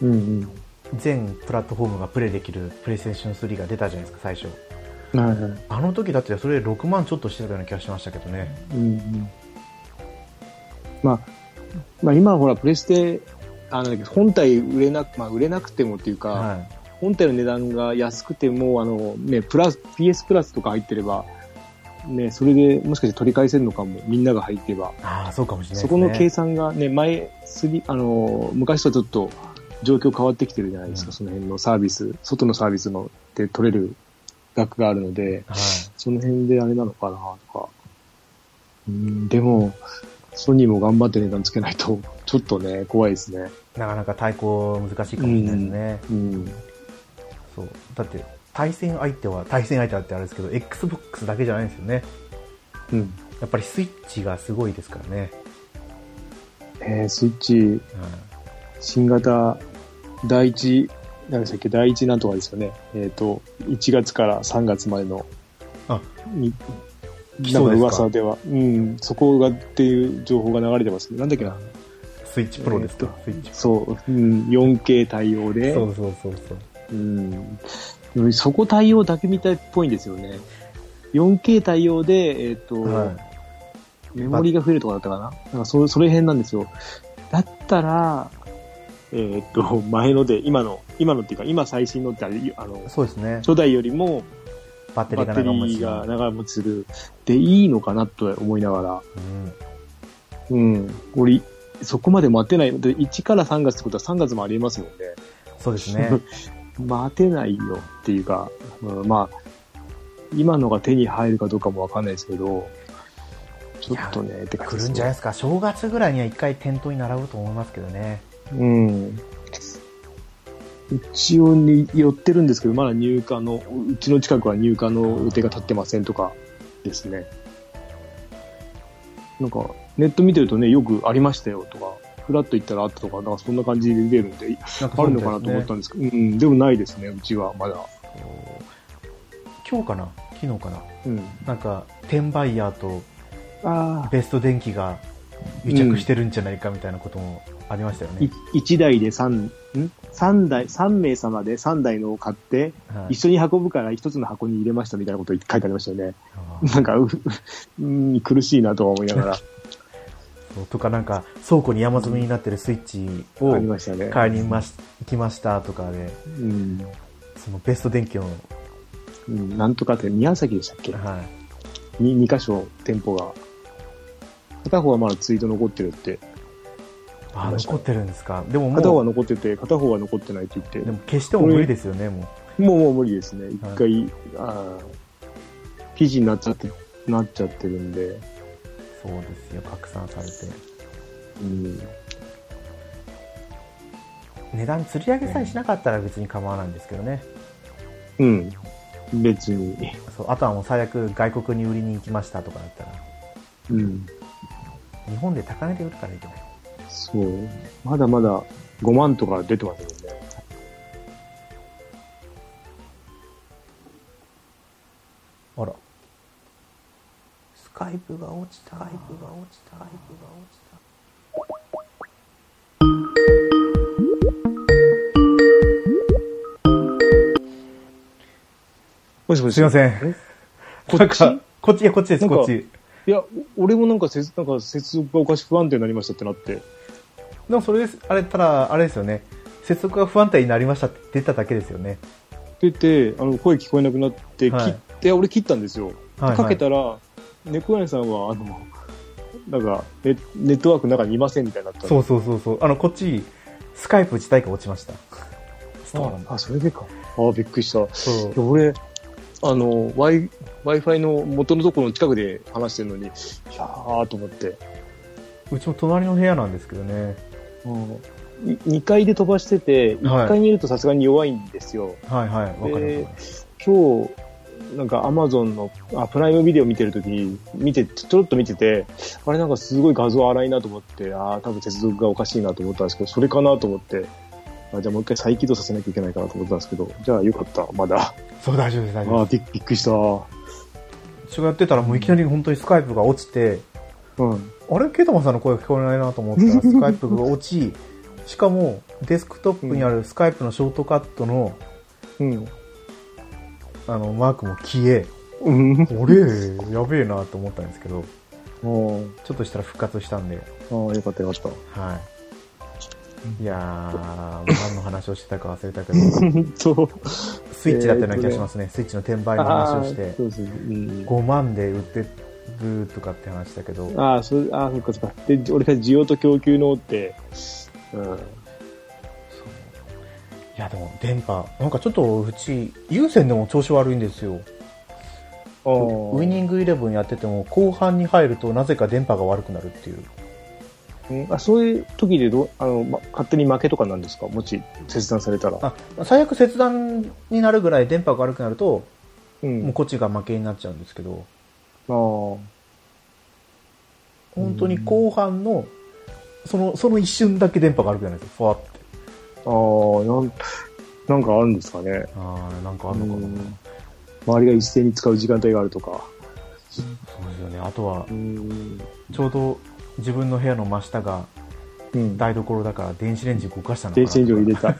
Speaker 1: ル。
Speaker 2: うん
Speaker 1: 全プラットフォームがプレイできるプレイステーション3が出たじゃないですか、最初。
Speaker 2: うん。はいはい。
Speaker 1: あの時だってそれ6万ちょっとしてたような気がしましたけどね。
Speaker 2: うんうん。まあ、まあ今はほら、プレステ、あの、本体売れなく、まあ売れなくてもっていうか、
Speaker 1: はい。
Speaker 2: 本体の値段が安くても、あの、ね、プラス、PS プラスとか入ってれば、ね、それでもしかして取り返せるのかも、みんなが入ってれば。
Speaker 1: ああ、そうかもしれないですね。
Speaker 2: そこの計算がね、前、すり、あの、昔とはちょっと状況変わってきてるじゃないですか、
Speaker 1: うん
Speaker 2: その辺のサービス、外のサービスので取れる額があるので、
Speaker 1: はい。
Speaker 2: その辺であれなのかな、とか。うん、でも、ソニーも頑張って値段つけないと、ちょっとね、怖いですね。
Speaker 1: なかなか対抗難しいかもしれないですね。
Speaker 2: うん。
Speaker 1: そう。だって、対戦相手は、対戦相手はってあれですけど、Xbox だけじゃないんですよね。
Speaker 2: うん。
Speaker 1: やっぱりスイッチがすごいですからね。
Speaker 2: えー、スイッチ、
Speaker 1: う
Speaker 2: 新型、第一、何でしたっけ、第一なんとかですよね。えっ、と、1月から3月までの、
Speaker 1: あ
Speaker 2: に、
Speaker 1: ん
Speaker 2: なんか噂では、うん、そこがっていう情報が流れてますね。なんだっけな。
Speaker 1: スイッチプロですか、スイッチ
Speaker 2: そう、うん、4K 対応で、
Speaker 1: そうそうそうそう。
Speaker 2: うん、そこ対応だけみたいっぽいんですよね。4K 対応で、えっ、と、
Speaker 1: はい。
Speaker 2: メモリが増えるとかだったかな。なんかそそれ辺なんですよ。だったら、えーっと、 前ので、今の、今のっていうか、今最新のってあれ、あの、
Speaker 1: そうですね。
Speaker 2: 初代よりも
Speaker 1: バッテリ
Speaker 2: バ
Speaker 1: ーが
Speaker 2: ッテ
Speaker 1: 長持
Speaker 2: リ
Speaker 1: ち
Speaker 2: ーが
Speaker 1: な。
Speaker 2: 長持ちする。で、いいのかなと思いながら。
Speaker 1: うん。
Speaker 2: うん。俺、そこまで待てない。で、1から3月ってことは3月もありえますもんね。
Speaker 1: そうですね。
Speaker 2: 待てないよっていうか、うん、まあ、今のが手に入るかどうかもわかんないですけど、ちょっとね、って感
Speaker 1: 来
Speaker 2: じで
Speaker 1: る
Speaker 2: す
Speaker 1: ん
Speaker 2: ね
Speaker 1: じゃないですか。正月ぐらいには一回店頭に並ぶと思いますけどね。
Speaker 2: うん。一応に寄ってるんですけど、まだ入荷の、うちの近くは入荷の予定が立ってませんとかですね。なんか、ネット見てるとね、よくありましたよとか、フラッと行ったらあったとか、なんかそんな感じで出るんで、
Speaker 1: なんか
Speaker 2: あ
Speaker 1: そう
Speaker 2: る
Speaker 1: み
Speaker 2: の
Speaker 1: い
Speaker 2: かなと思
Speaker 1: で
Speaker 2: っ
Speaker 1: す
Speaker 2: た
Speaker 1: ね
Speaker 2: んですけど、うん、でもないですね、うちはまだ。
Speaker 1: 今日かな昨日かな
Speaker 2: うん。
Speaker 1: なんか、転売ヤーと
Speaker 2: ああ、
Speaker 1: ベスト電気が癒着してるんじゃないかみたいなこともありましたよね。
Speaker 2: 1台で3、ん ?3 台、三名様で3台のを買って、
Speaker 1: はい
Speaker 2: 一緒に運ぶから1つの箱に入れましたみたいなこと書いてありましたよね。
Speaker 1: あー
Speaker 2: なんか、う、 うん、苦しいなとは思いながら、
Speaker 1: そうとかなんか、倉庫に山積みになってるスイッチ
Speaker 2: あり
Speaker 1: を
Speaker 2: ましたね。
Speaker 1: 買いにまし行きましたとかで、
Speaker 2: うん。
Speaker 1: そのベスト電気の、
Speaker 2: うんなんとかって、宮崎でしたっけ
Speaker 1: はい。
Speaker 2: に ?2 箇所店舗が。片方はまだツイート残ってるって。
Speaker 1: あ、残ってるんですか。でも
Speaker 2: 片方
Speaker 1: も
Speaker 2: は
Speaker 1: う、
Speaker 2: 残ってて、片方は残ってないって言って。
Speaker 1: で
Speaker 2: も
Speaker 1: も消しても無理ですよね、もう。
Speaker 2: うもう無理ですね。一回、あー記事になっちゃって、なっちゃってるんで。
Speaker 1: そうですよ、拡散されて。
Speaker 2: うん。
Speaker 1: 値段釣り上げさえしなかったら別に構わないんですけどね。
Speaker 2: うん。別に。
Speaker 1: そうあとはもう最悪外国に売りに行きましたとかだったら
Speaker 2: うん。
Speaker 1: 日本で高値で売るからいけない
Speaker 2: そう。まだまだ5万とか出てますよね。
Speaker 1: あらスカイプが落ちたスカイプが落ちたスカイプが落ちた
Speaker 2: もしもし。
Speaker 1: すいません
Speaker 2: え。
Speaker 1: こ
Speaker 2: こ
Speaker 1: っ
Speaker 2: っ
Speaker 1: ち
Speaker 2: ち
Speaker 1: こっち、いや、こっちです、
Speaker 2: なんか
Speaker 1: こっち。
Speaker 2: いや、お俺もなんか接、なんか接続がおかしく不安定になりましたってなって。
Speaker 1: でもそれです、あれ、ただ、あれですよね。接続が不安定になりましたって出ただけですよね。
Speaker 2: 出て、あの、声聞こえなくなって、
Speaker 1: はい
Speaker 2: 切って、俺切ったんですよ。
Speaker 1: はい、はい。
Speaker 2: かけたら、猫屋さんは、あの、なんかネ、ネットワークの中にいませんみたいになったんで
Speaker 1: そうそうそうそう。あの、こっち、スカイプ自体が落ちました。ストーン
Speaker 2: ああ、それでか。ああ、びっくりした。い
Speaker 1: そう
Speaker 2: や俺、あの、Wi- Wi-Fi の元のところの近くで話してるのに、いやーと思って。
Speaker 1: うちも隣の部屋なんですけどね。
Speaker 2: 2階で飛ばしてて、
Speaker 1: はい
Speaker 2: 1階にいるとさすがに弱いんですよ。
Speaker 1: はいはい、わかります
Speaker 2: で
Speaker 1: わかります。
Speaker 2: 今日、なんか Amazon のあプライムビデオ見てるときに、見て、ちょろっと見てて、あれなんかすごい画像荒いなと思って、ああ、多分接続がおかしいなと思ったんですけど、それかなと思って、あじゃあもう一回再起動させなきゃいけないかなと思ったんですけど、じゃあよかった、まだ。
Speaker 1: そう、大丈夫です、大丈
Speaker 2: あ
Speaker 1: 夫
Speaker 2: あ、
Speaker 1: で
Speaker 2: びびっくりした。う
Speaker 1: す。それやってたら、もういきなり本当にスカイプが落ちて、
Speaker 2: ん。
Speaker 1: あれケイタマンさんの声が聞こえないなと思った ら、スカイプが落ち、しかも、デスクトップにあるスカイプのショートカットの、
Speaker 2: うん。
Speaker 1: あの、マークも消え、
Speaker 2: うん。
Speaker 1: 俺やべえなと思ったんですけど
Speaker 2: うん
Speaker 1: ちょっとしたら復活したんで
Speaker 2: ああ、よかったよ かった。
Speaker 1: はいいやー何の話をしてたか忘れたけ ど
Speaker 2: 本当。
Speaker 1: スイッチだったような気がしますねスイッチの転売の話をして
Speaker 2: あーそうそう。うん
Speaker 1: 5万で売ってるとかって話だけど
Speaker 2: ああ、それ、ああ、そっかそっか。で、俺が需要と供給のって、うん。
Speaker 1: いやでも電波なんかちょっとうち有線でも調子悪いんですよウ
Speaker 2: あ
Speaker 1: ウ
Speaker 2: あ
Speaker 1: イニングイレブンやってても後半に入るとなぜか電波が悪くなるっていう
Speaker 2: うんあそういう時でどうあの、ま、勝手に負けとかなんですかもし切断されたら。
Speaker 1: あ最悪切断になるぐらい電波が悪くなると
Speaker 2: うん
Speaker 1: もうこっちが負けになっちゃうんですけど、
Speaker 2: あー
Speaker 1: 本当に後半の、その、その一瞬だけ電波が悪くなるんですよ。ふわって。
Speaker 2: あーなん、なんかあるんですかね。
Speaker 1: ああ、なんかあるのかな。
Speaker 2: うん周りが一斉に使う時間帯があるとか。
Speaker 1: そうですよね。あとは
Speaker 2: う、ん。
Speaker 1: ちょうど自分の部屋の真下が
Speaker 2: うん。
Speaker 1: 台所だから電子レンジ動かしたのかな。
Speaker 2: 電子レンジを入れ た。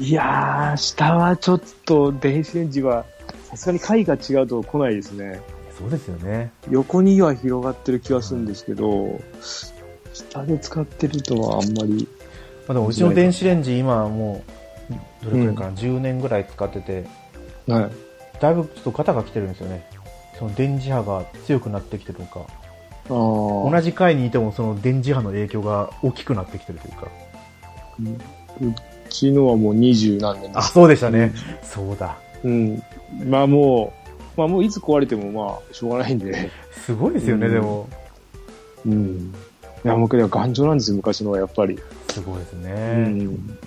Speaker 2: いやー、下はちょっと電子レンジは、さすがに階が違うと来ないですね。
Speaker 1: そうですよね。
Speaker 2: 横には広がってる気はするんですけど、下で使ってるとはあんまり。
Speaker 1: まあでもうちの電子レンジ今もう、どれくらいかな、10年ぐらい使ってて、
Speaker 2: はい。
Speaker 1: だいぶちょっとガタが来てるんですよね。その電磁波が強くなってきてるとか、
Speaker 2: あー
Speaker 1: 同じ階にいてもその電磁波の影響が大きくなってきてるというか。
Speaker 2: うちのはもう二十何年で
Speaker 1: あ、
Speaker 2: す。
Speaker 1: そうでしたね。そうだ。
Speaker 2: うん。まあもう、まあもういつ壊れてもまあしょうがないんで。
Speaker 1: すごいですよね、
Speaker 2: うん
Speaker 1: でも。
Speaker 2: うん。いや、もうこれは頑丈なんですよ、昔のはやっぱり。
Speaker 1: すごいですね。
Speaker 2: うん。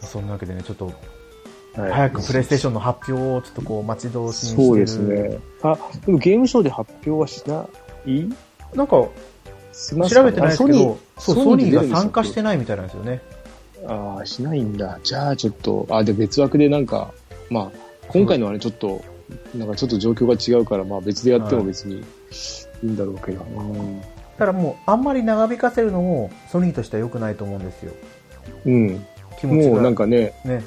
Speaker 1: そんなわけでね、ちょっと
Speaker 2: はい
Speaker 1: 早くプレイステーションの発表をちょっとこう待ち遠しにしてる。
Speaker 2: そうです。ね。あ、でもゲームショーで発表はしない
Speaker 1: なんか
Speaker 2: します
Speaker 1: 調
Speaker 2: かね
Speaker 1: べてないですけど、そうソ
Speaker 2: ソニ
Speaker 1: ニー
Speaker 2: ーで出
Speaker 1: が
Speaker 2: るんですよ
Speaker 1: 参加してないみたいなんですよね。
Speaker 2: ああ、しないんだ。じゃあちょっと、あ、で別枠でなんか、まあ、今回のはね、ちょっと、なんかちょっと状況が違うから、まあ別でやっても別にいいんだろうけど。うん
Speaker 1: ただもうあんまり長引かせるのもソニーとしては良くないと思うんですよ。
Speaker 2: うん。
Speaker 1: 気持ち
Speaker 2: も
Speaker 1: が
Speaker 2: うなんかね、
Speaker 1: ね。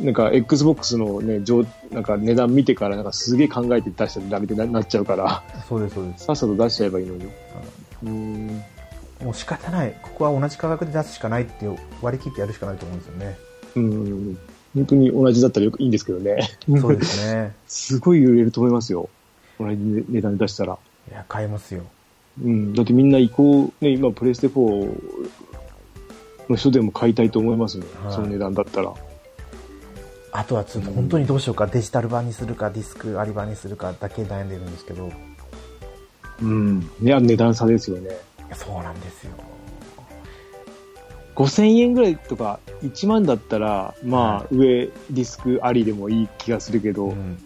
Speaker 2: なんか XBOX のね、上なんか値段見てから、なんかすげえ考えて出したらダメってななっちゃうから、
Speaker 1: そうです、そうです。
Speaker 2: さっさと出しちゃえばいいのに。うん。
Speaker 1: もう仕方ない。ここは同じ価格で出すしかないって割り切ってやるしかないと思うんですよね。
Speaker 2: うん。本当に同じだったらよくいいんですけどね。
Speaker 1: そうですね。
Speaker 2: すごい揺れると思いますよ。同じ値段で出したら。
Speaker 1: いや、買いますよ。
Speaker 2: うん、だってみんな移行、ね、今、プレステ4の人でも買いたいと思いますね、
Speaker 1: はい
Speaker 2: その値段だったら。
Speaker 1: あとはちょっと本当にどうしようか、デジタル版にするかディスクあり版にするかだけ悩んでるんですけど、い
Speaker 2: うん、ね、あの値段差ですよね。
Speaker 1: やそうなんですよ。
Speaker 2: 5000円ぐらいとか1万だったら、まあ、上ディスクありでもいい気がするけど、
Speaker 1: ん、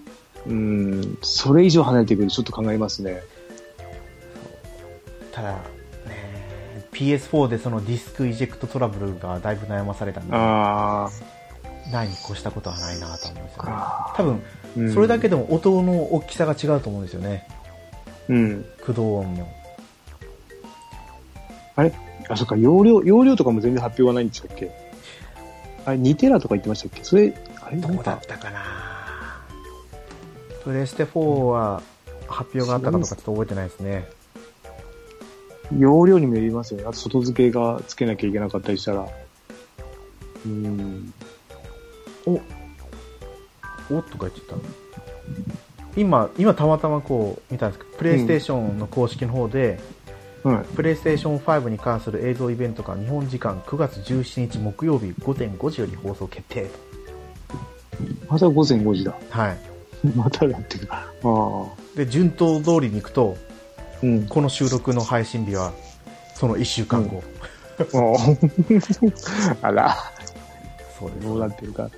Speaker 2: うん、それ以上離れてくるとちょっと考えますね。
Speaker 1: ただ、ね、PS4 でそのディスクイジェクトトラブルがだいぶ悩まされたんで
Speaker 2: あ
Speaker 1: ないに越したことはないなと思うんですよね
Speaker 2: あ、
Speaker 1: 多分
Speaker 2: うん
Speaker 1: それだけでも音の大きさが違うと思うんですよね
Speaker 2: うん。
Speaker 1: 駆動音の
Speaker 2: あ、そっか、容量、容量とかも全然発表がないんでしたっけあれ、2テラとか言ってましたっけそれ、あれ、
Speaker 1: ど
Speaker 2: なん
Speaker 1: うだ
Speaker 2: か
Speaker 1: っ、たかなプレステ4は発表があったかとかちょっと覚えてないですね
Speaker 2: 容量にもよりますよね。あと、外付けがつけなきゃいけなかったりしたら。うん。
Speaker 1: おっとか言っちゃった今今たまたまこう見たんですけどプレイステーションの公式の方で、
Speaker 2: はい。
Speaker 1: プレイステーション5に関する映像イベントが日本時間9月17日木曜日午前5時より放送決定
Speaker 2: また午前5時だ。
Speaker 1: はい
Speaker 2: まただっていうか。ああ。
Speaker 1: で順当通りに行くと
Speaker 2: うん。
Speaker 1: この収録の配信日はその1週間後、
Speaker 2: あら、
Speaker 1: そうです
Speaker 2: どうだっていうか。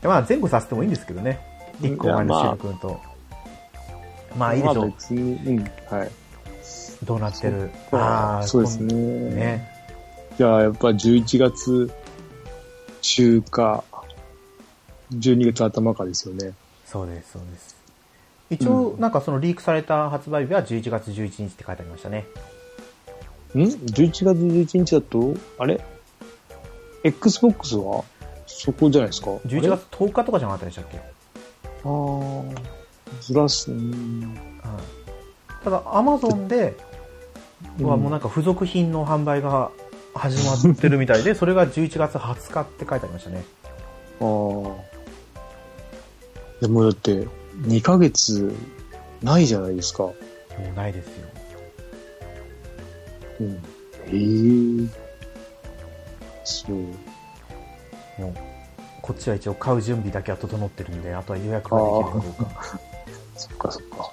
Speaker 1: でまあ前後させてもいいんですけどね
Speaker 2: うん
Speaker 1: 1個前の収録とまあいいでし
Speaker 2: ま
Speaker 1: ょ
Speaker 2: あ
Speaker 1: う
Speaker 2: 別に、うん。はい。
Speaker 1: どうなってる
Speaker 2: ああ、そうですね。
Speaker 1: こんね
Speaker 2: じゃあ、やっぱ11月中か、12月頭かですよね。
Speaker 1: そうですそうです一応
Speaker 2: うん
Speaker 1: なんかそのリークされた発売日は11月11日って書いてありましたね
Speaker 2: ん ?11 月11日だと、あれ ?Xbox はそこじゃないですか
Speaker 1: 11月10日とかじゃなかったでしたっけ
Speaker 2: あれあー、ずらす。うん
Speaker 1: ただ、アマゾンではもうなんか付属品の販売が始まってるみた いで、それが11月20日って書いてありましたね。
Speaker 2: ああ。でもだって、2ヶ月ないじゃないですか。
Speaker 1: もうないですよ。
Speaker 2: うん。ええそう。
Speaker 1: もう、こっちは一応買う準備だけは整ってるんで、あとは予約ができるかどうか。
Speaker 2: そっかそっか。
Speaker 1: は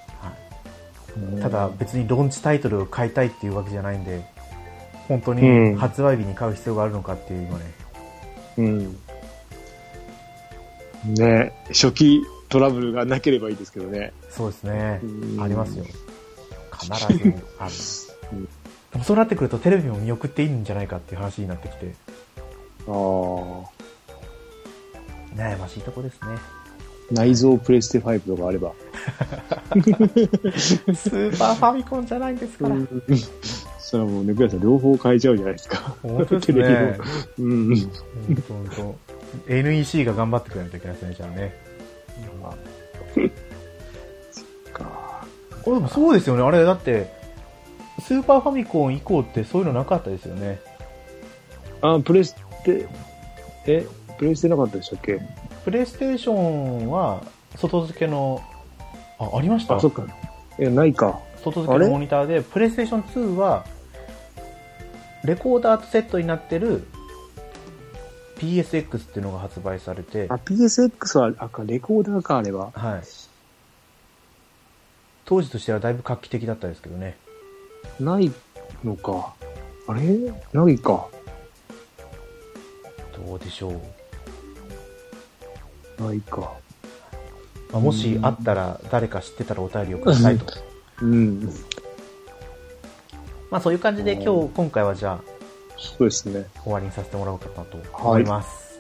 Speaker 2: うん
Speaker 1: い、ただ、、別にローンチタイトルを買いたいっていうわけじゃないんで、本当
Speaker 2: うん
Speaker 1: に発売日に買う必要があるのかっていう今ね。
Speaker 2: うん。ね初期トラブルがなければいいですけどね。
Speaker 1: そうですね。
Speaker 2: うん
Speaker 1: ありますよ。必ずある。でもそうなってくるとテレビも見送っていいんじゃないかっていう話になってきて、
Speaker 2: ああ。
Speaker 1: 悩ましいとこですね。
Speaker 2: 内蔵プレステ5とかあれば。
Speaker 1: スーパーファミコンじゃないんですから。
Speaker 2: それはもう、ね、くやさん両方変えちゃうじゃないですか。
Speaker 1: 本 当です
Speaker 2: テレ
Speaker 1: ね。
Speaker 2: ビも。うん。
Speaker 1: 本当本当。NEC が頑張ってくれないといけないですね、じゃあね。
Speaker 2: か
Speaker 1: これでもそうですよね、あれだって、スーパーファミコン以降ってそういうのなかったですよね。
Speaker 2: あ、プレステ、え、プレステなかったでしたっけ
Speaker 1: プレイステーションは、外付けの、あ、ありました
Speaker 2: あ、そっか。え、ないか。
Speaker 1: 外付け
Speaker 2: あれ
Speaker 1: のモニターで、プレイステーション2は、レコーダーとセットになってる PSX っていうのが発売されて、
Speaker 2: あ、
Speaker 1: はい。
Speaker 2: PSX は、あか、レコーダーか、あれは。
Speaker 1: 当時としてはだいぶ画期的だったですけどね。
Speaker 2: ないのか。あれないか。
Speaker 1: どうでしょう。
Speaker 2: ないか。
Speaker 1: まあ、もしあったら誰か知ってたらお便りをくださいと。
Speaker 2: うん。
Speaker 1: まあそういう感じで今日、今回はじゃあ
Speaker 2: そうですね。
Speaker 1: 終わりにさせてもらおうかなと思います。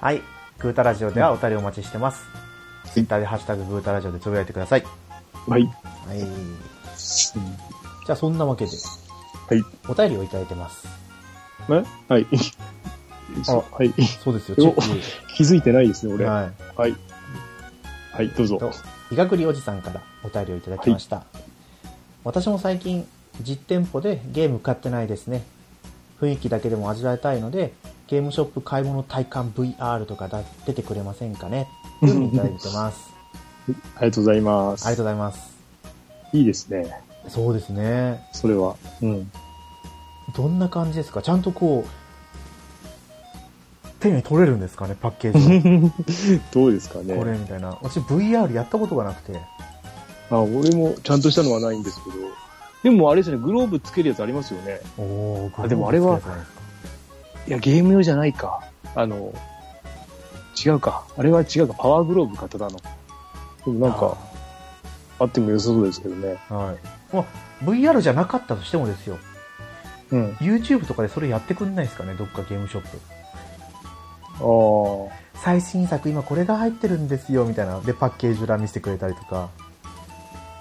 Speaker 1: はい。グータラジオではお便りお待ちしてます。ツイッターでハッシュタググータラジオでつぶやいてください。
Speaker 2: はい。うん
Speaker 1: はい。じゃあそんなわけで、
Speaker 2: はい。
Speaker 1: お便りをいただいてます。
Speaker 2: え はい。
Speaker 1: あら
Speaker 2: はい。
Speaker 1: そうですよ、チェ
Speaker 2: よ
Speaker 1: ッ
Speaker 2: 気づいてないですね、
Speaker 1: ク。
Speaker 2: 俺。は。
Speaker 1: はい
Speaker 2: はい、どうぞ
Speaker 1: い。。と、医学りおじさんからお便りをいただきました。私も最近、実店舗でゲーム買ってないですね。雰囲気だけでも味わいたいので、ゲームショップ買い物体感 VR とかだ出てくれま せんかねというふうにいただいてます。
Speaker 2: ありがとうございます。
Speaker 1: ありがとうございます。
Speaker 2: いいですね。
Speaker 1: そうですね。
Speaker 2: それは。うん。
Speaker 1: どんな感じですかちゃんとこう、手に取れるんですかね、パッケー ジ
Speaker 2: どうですか
Speaker 1: の。これ
Speaker 2: ね。
Speaker 1: みたいな。私 VR やったことがなくて。
Speaker 2: あ、俺もちゃんとしたのはないんですけど。でもあれですね、グローブつけるやつありますよね。
Speaker 1: おー
Speaker 2: あでもあれは
Speaker 1: グローブつけるやつなんですか
Speaker 2: いや、ゲーム用じゃないか。あの、違うか。あれは違うか。パワーグローブ型だの。でもなんか、あっても良さそうですけどね。
Speaker 1: はい。まあ、VR じゃなかったとしてもですよ。
Speaker 2: うん。
Speaker 1: YouTube とかでそれやってくんないですかね、どっかゲームショップ。
Speaker 2: ああ。
Speaker 1: 最新作今これが入ってるんですよ、みたいな。で、パッケージ裏見せてくれたりとか。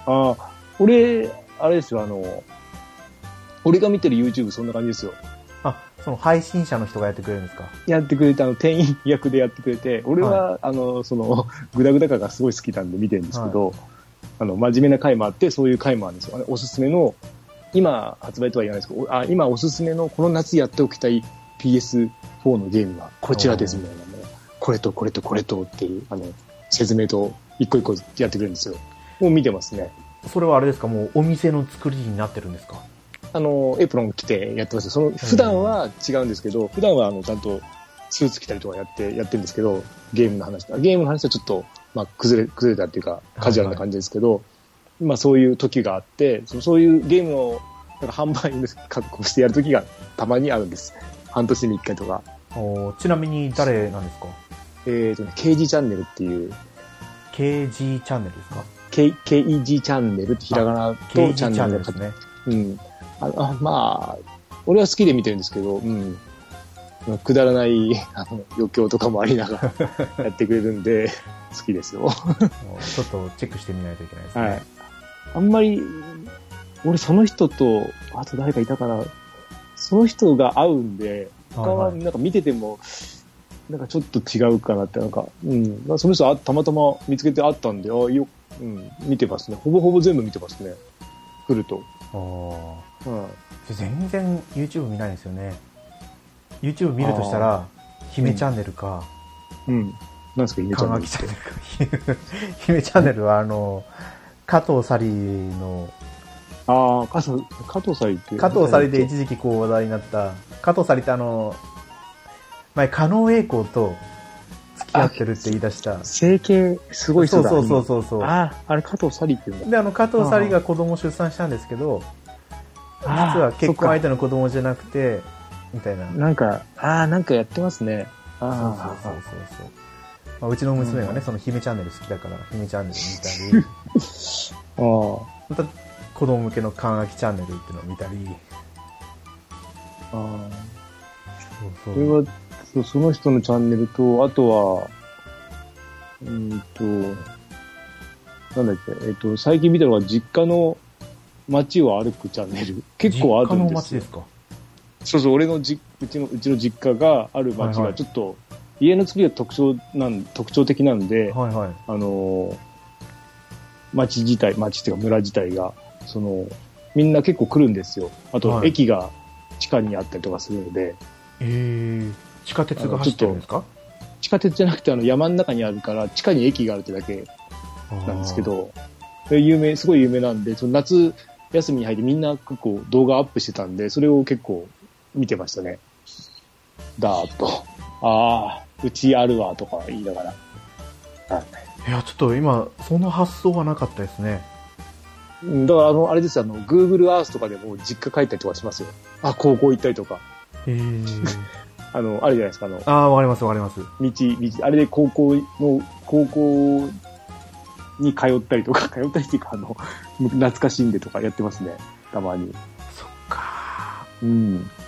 Speaker 2: ああ。俺、あれですよ、あの、俺が見てる YouTube そんな感じですよ。
Speaker 1: あ、その配信者の人がやってくれるんですか。
Speaker 2: やってくれて、あの、店員役でやってくれて、俺は、あの、その、グダグダ感がすごい好きなんで見てるんですけど、あの、真面目な回もあって、そういう回もあるんですよ。あれおすすめの、今発売とは言わないですけど、おあ今おすすめの、この夏やっておきたい PS4 のゲームはこちらですみたいなね、これとこれとこれとっていう、あの、説明と一個一個やってくれるんですよ。もう見てますね。
Speaker 1: それはあれですか、もうお店の作りになってるんですか。
Speaker 2: あの、エプロン着てやってますよその、普段は違うんですけど、普段はあの、ちゃんとスーツ着たりとかやって、やってるんですけど、ゲームの話、ゲームの話はちょっと、まあ、崩れ、崩れたっていうか、カジュアルな感じですけど、まあ、そういう時があって、そのそういうゲームを、なんか販売の格好してやる時がたまにあるんです。半年に一回とか。
Speaker 1: おーちなみに誰なんですか
Speaker 2: えっ、とね、KG チャンネルっていう、
Speaker 1: ?KG チャンネルですか
Speaker 2: K、KEG チャンネルってひらがなと
Speaker 1: ?KG
Speaker 2: チ
Speaker 1: チ
Speaker 2: ャ
Speaker 1: ャ
Speaker 2: ン
Speaker 1: ン
Speaker 2: ネ
Speaker 1: ネル
Speaker 2: ル
Speaker 1: で
Speaker 2: の方
Speaker 1: すね。
Speaker 2: うん。ああまあ、俺は好きで見てるんですけど、うん。くだらない あの余興とかもありながら やってくれるんで、好きですよ。
Speaker 1: おーちょっとチェックしてみないといけないですね。
Speaker 2: はい。あんまり、俺その人と、あと誰かいたかな、その人が合うんで、他
Speaker 1: は
Speaker 2: はい
Speaker 1: はい
Speaker 2: なんか見てても、なんかちょっと違うかなって、なんか、うん。まあその人あたまたま見つけてあったんで、あよ、うん、見てますね。ほぼほぼ全部見てますね。来ると。
Speaker 1: おー
Speaker 2: うん。
Speaker 1: 全然 YouTube 見ないんですよね YouTube 見るとしたら姫チャンネルか
Speaker 2: うん。なんですか、イメちゃ
Speaker 1: か
Speaker 2: んの
Speaker 1: がきチャンネルか姫チャンネルはあの加藤サリーの
Speaker 2: ああ、加藤、加藤さりって。
Speaker 1: 加藤サリーで一時期こう話題になった加藤サリーってあの前加納栄光と付き合ってるって言い出した
Speaker 2: 整形、すごい
Speaker 1: そ
Speaker 2: 人
Speaker 1: う
Speaker 2: だ。
Speaker 1: そうそうそうそう
Speaker 2: ああ、あれ加藤さりって言うんだ。
Speaker 1: であの加藤サリーが子供出産したんですけど実
Speaker 2: あー
Speaker 1: は結婚相
Speaker 2: そ
Speaker 1: 手の子供じゃなくてみたいな
Speaker 2: っかなんか、ああ、なんかやってますね。
Speaker 1: そう
Speaker 2: あ
Speaker 1: そうそう
Speaker 2: あ、
Speaker 1: そうそう。まあ、うちの娘がね、その姫チャンネル好きだから、姫チャンネル見たり、
Speaker 2: ああ
Speaker 1: また子供向けの缶あきチャンネルっていうのを見たり、
Speaker 2: ああ。
Speaker 1: そう
Speaker 2: それは、そうその人のチャンネルと、あとは、うーんと、なんだっけ、えっ、と、最近見たのは実家の街を歩くチャンネル。結構ある
Speaker 1: 実
Speaker 2: ん
Speaker 1: 家の
Speaker 2: で
Speaker 1: 街
Speaker 2: すよ
Speaker 1: で。すか。
Speaker 2: そうそう、俺のじうちのうちの実家がある町
Speaker 1: はいは
Speaker 2: が
Speaker 1: い
Speaker 2: ちょっと、家の作りが特徴なん特徴的なんで、
Speaker 1: はいはい。
Speaker 2: あのー町自体、町っていうか村自体が、その、みんな結構来るんですよ。あと、
Speaker 1: はい
Speaker 2: 駅が地下にあったりとかするので、
Speaker 1: えー、地下鉄が走ってるんですか
Speaker 2: 地下鉄じゃなくてあの山の中にあるから、地下に駅があるってだけなんですけ。ど、で有名、すごい有名なんで、その夏休みに入ってみんな結構動画アップしてたんで、それを結構見てましたね。だーっと、ああ、うちあるわとか言いながら。
Speaker 1: あーいや、ちょっと今、その発想はなかったですね。
Speaker 2: うんだからあの、あれですよあの、Google Earth とかでも実家帰ったりとかしますよ。あ、高校行ったりとか。
Speaker 1: えー、
Speaker 2: あの、あるじゃないですか、あの、道、
Speaker 1: ああ、わかりますわかります。
Speaker 2: 道、あれで高校の、高校に通ったりとか、通ったりっていうか、あの、懐かしんでとかやってますね。たまに。
Speaker 1: そっか
Speaker 2: うん。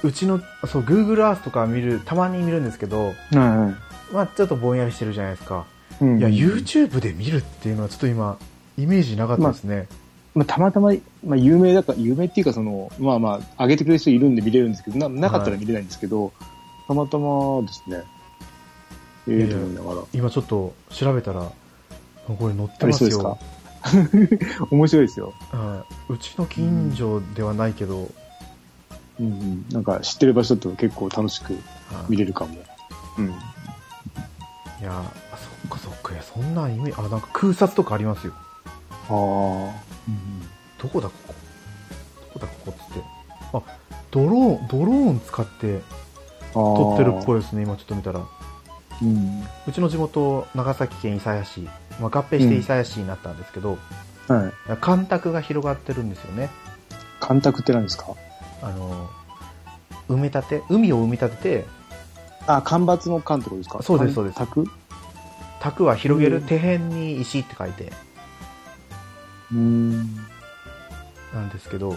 Speaker 1: ー。うちの、そう、Google Earth とか見る、たまに見るんですけど、
Speaker 2: は
Speaker 1: まあちょっとぼんやりしてるじゃないですか。
Speaker 2: いはい
Speaker 1: いや、
Speaker 2: うん
Speaker 1: YouTube で見るっていうのはちょっと今、イメージなかったですね。
Speaker 2: まあ、たまたま、まあ、有名だから、有名っていうか、その、まあまあ、上げてくれる人いるんで見れるんですけど、ななかったら見れないんですけど、たまたまですね。ええ
Speaker 1: いやいや
Speaker 2: と思いながら。
Speaker 1: 今ちょっと調べたら、これ載って
Speaker 2: あり
Speaker 1: ま
Speaker 2: そ
Speaker 1: す
Speaker 2: うですか
Speaker 1: よ。
Speaker 2: 面白いですよ。
Speaker 1: はいうちの近所ではないけど、
Speaker 2: うんうん。なんか、知ってる場所と結構楽しく
Speaker 1: はい
Speaker 2: 見れるかも。うん。
Speaker 1: いや、そっかそっか、いや、そんな意味、あ、なんか空撮とかありますよ。
Speaker 2: ああ。うん
Speaker 1: どこだここどこだここっつってあドローンドローン使って撮ってるっ
Speaker 2: い。
Speaker 1: ぽいですね今ちょっと見たら
Speaker 2: うん。
Speaker 1: うちの地元長崎県諫早市、まあ、合併して
Speaker 2: うん
Speaker 1: 諫早市になったんですけど、
Speaker 2: はい。
Speaker 1: 干拓が広がってるんですよね
Speaker 2: 干拓って何ですか
Speaker 1: あの埋め立て海を埋め立てて
Speaker 2: あ、干ばつの干ってことですか
Speaker 1: そうですそうです
Speaker 2: 干拓
Speaker 1: 拓は広げる、
Speaker 2: うん
Speaker 1: 手辺に石って書いて
Speaker 2: うん。
Speaker 1: なんですけど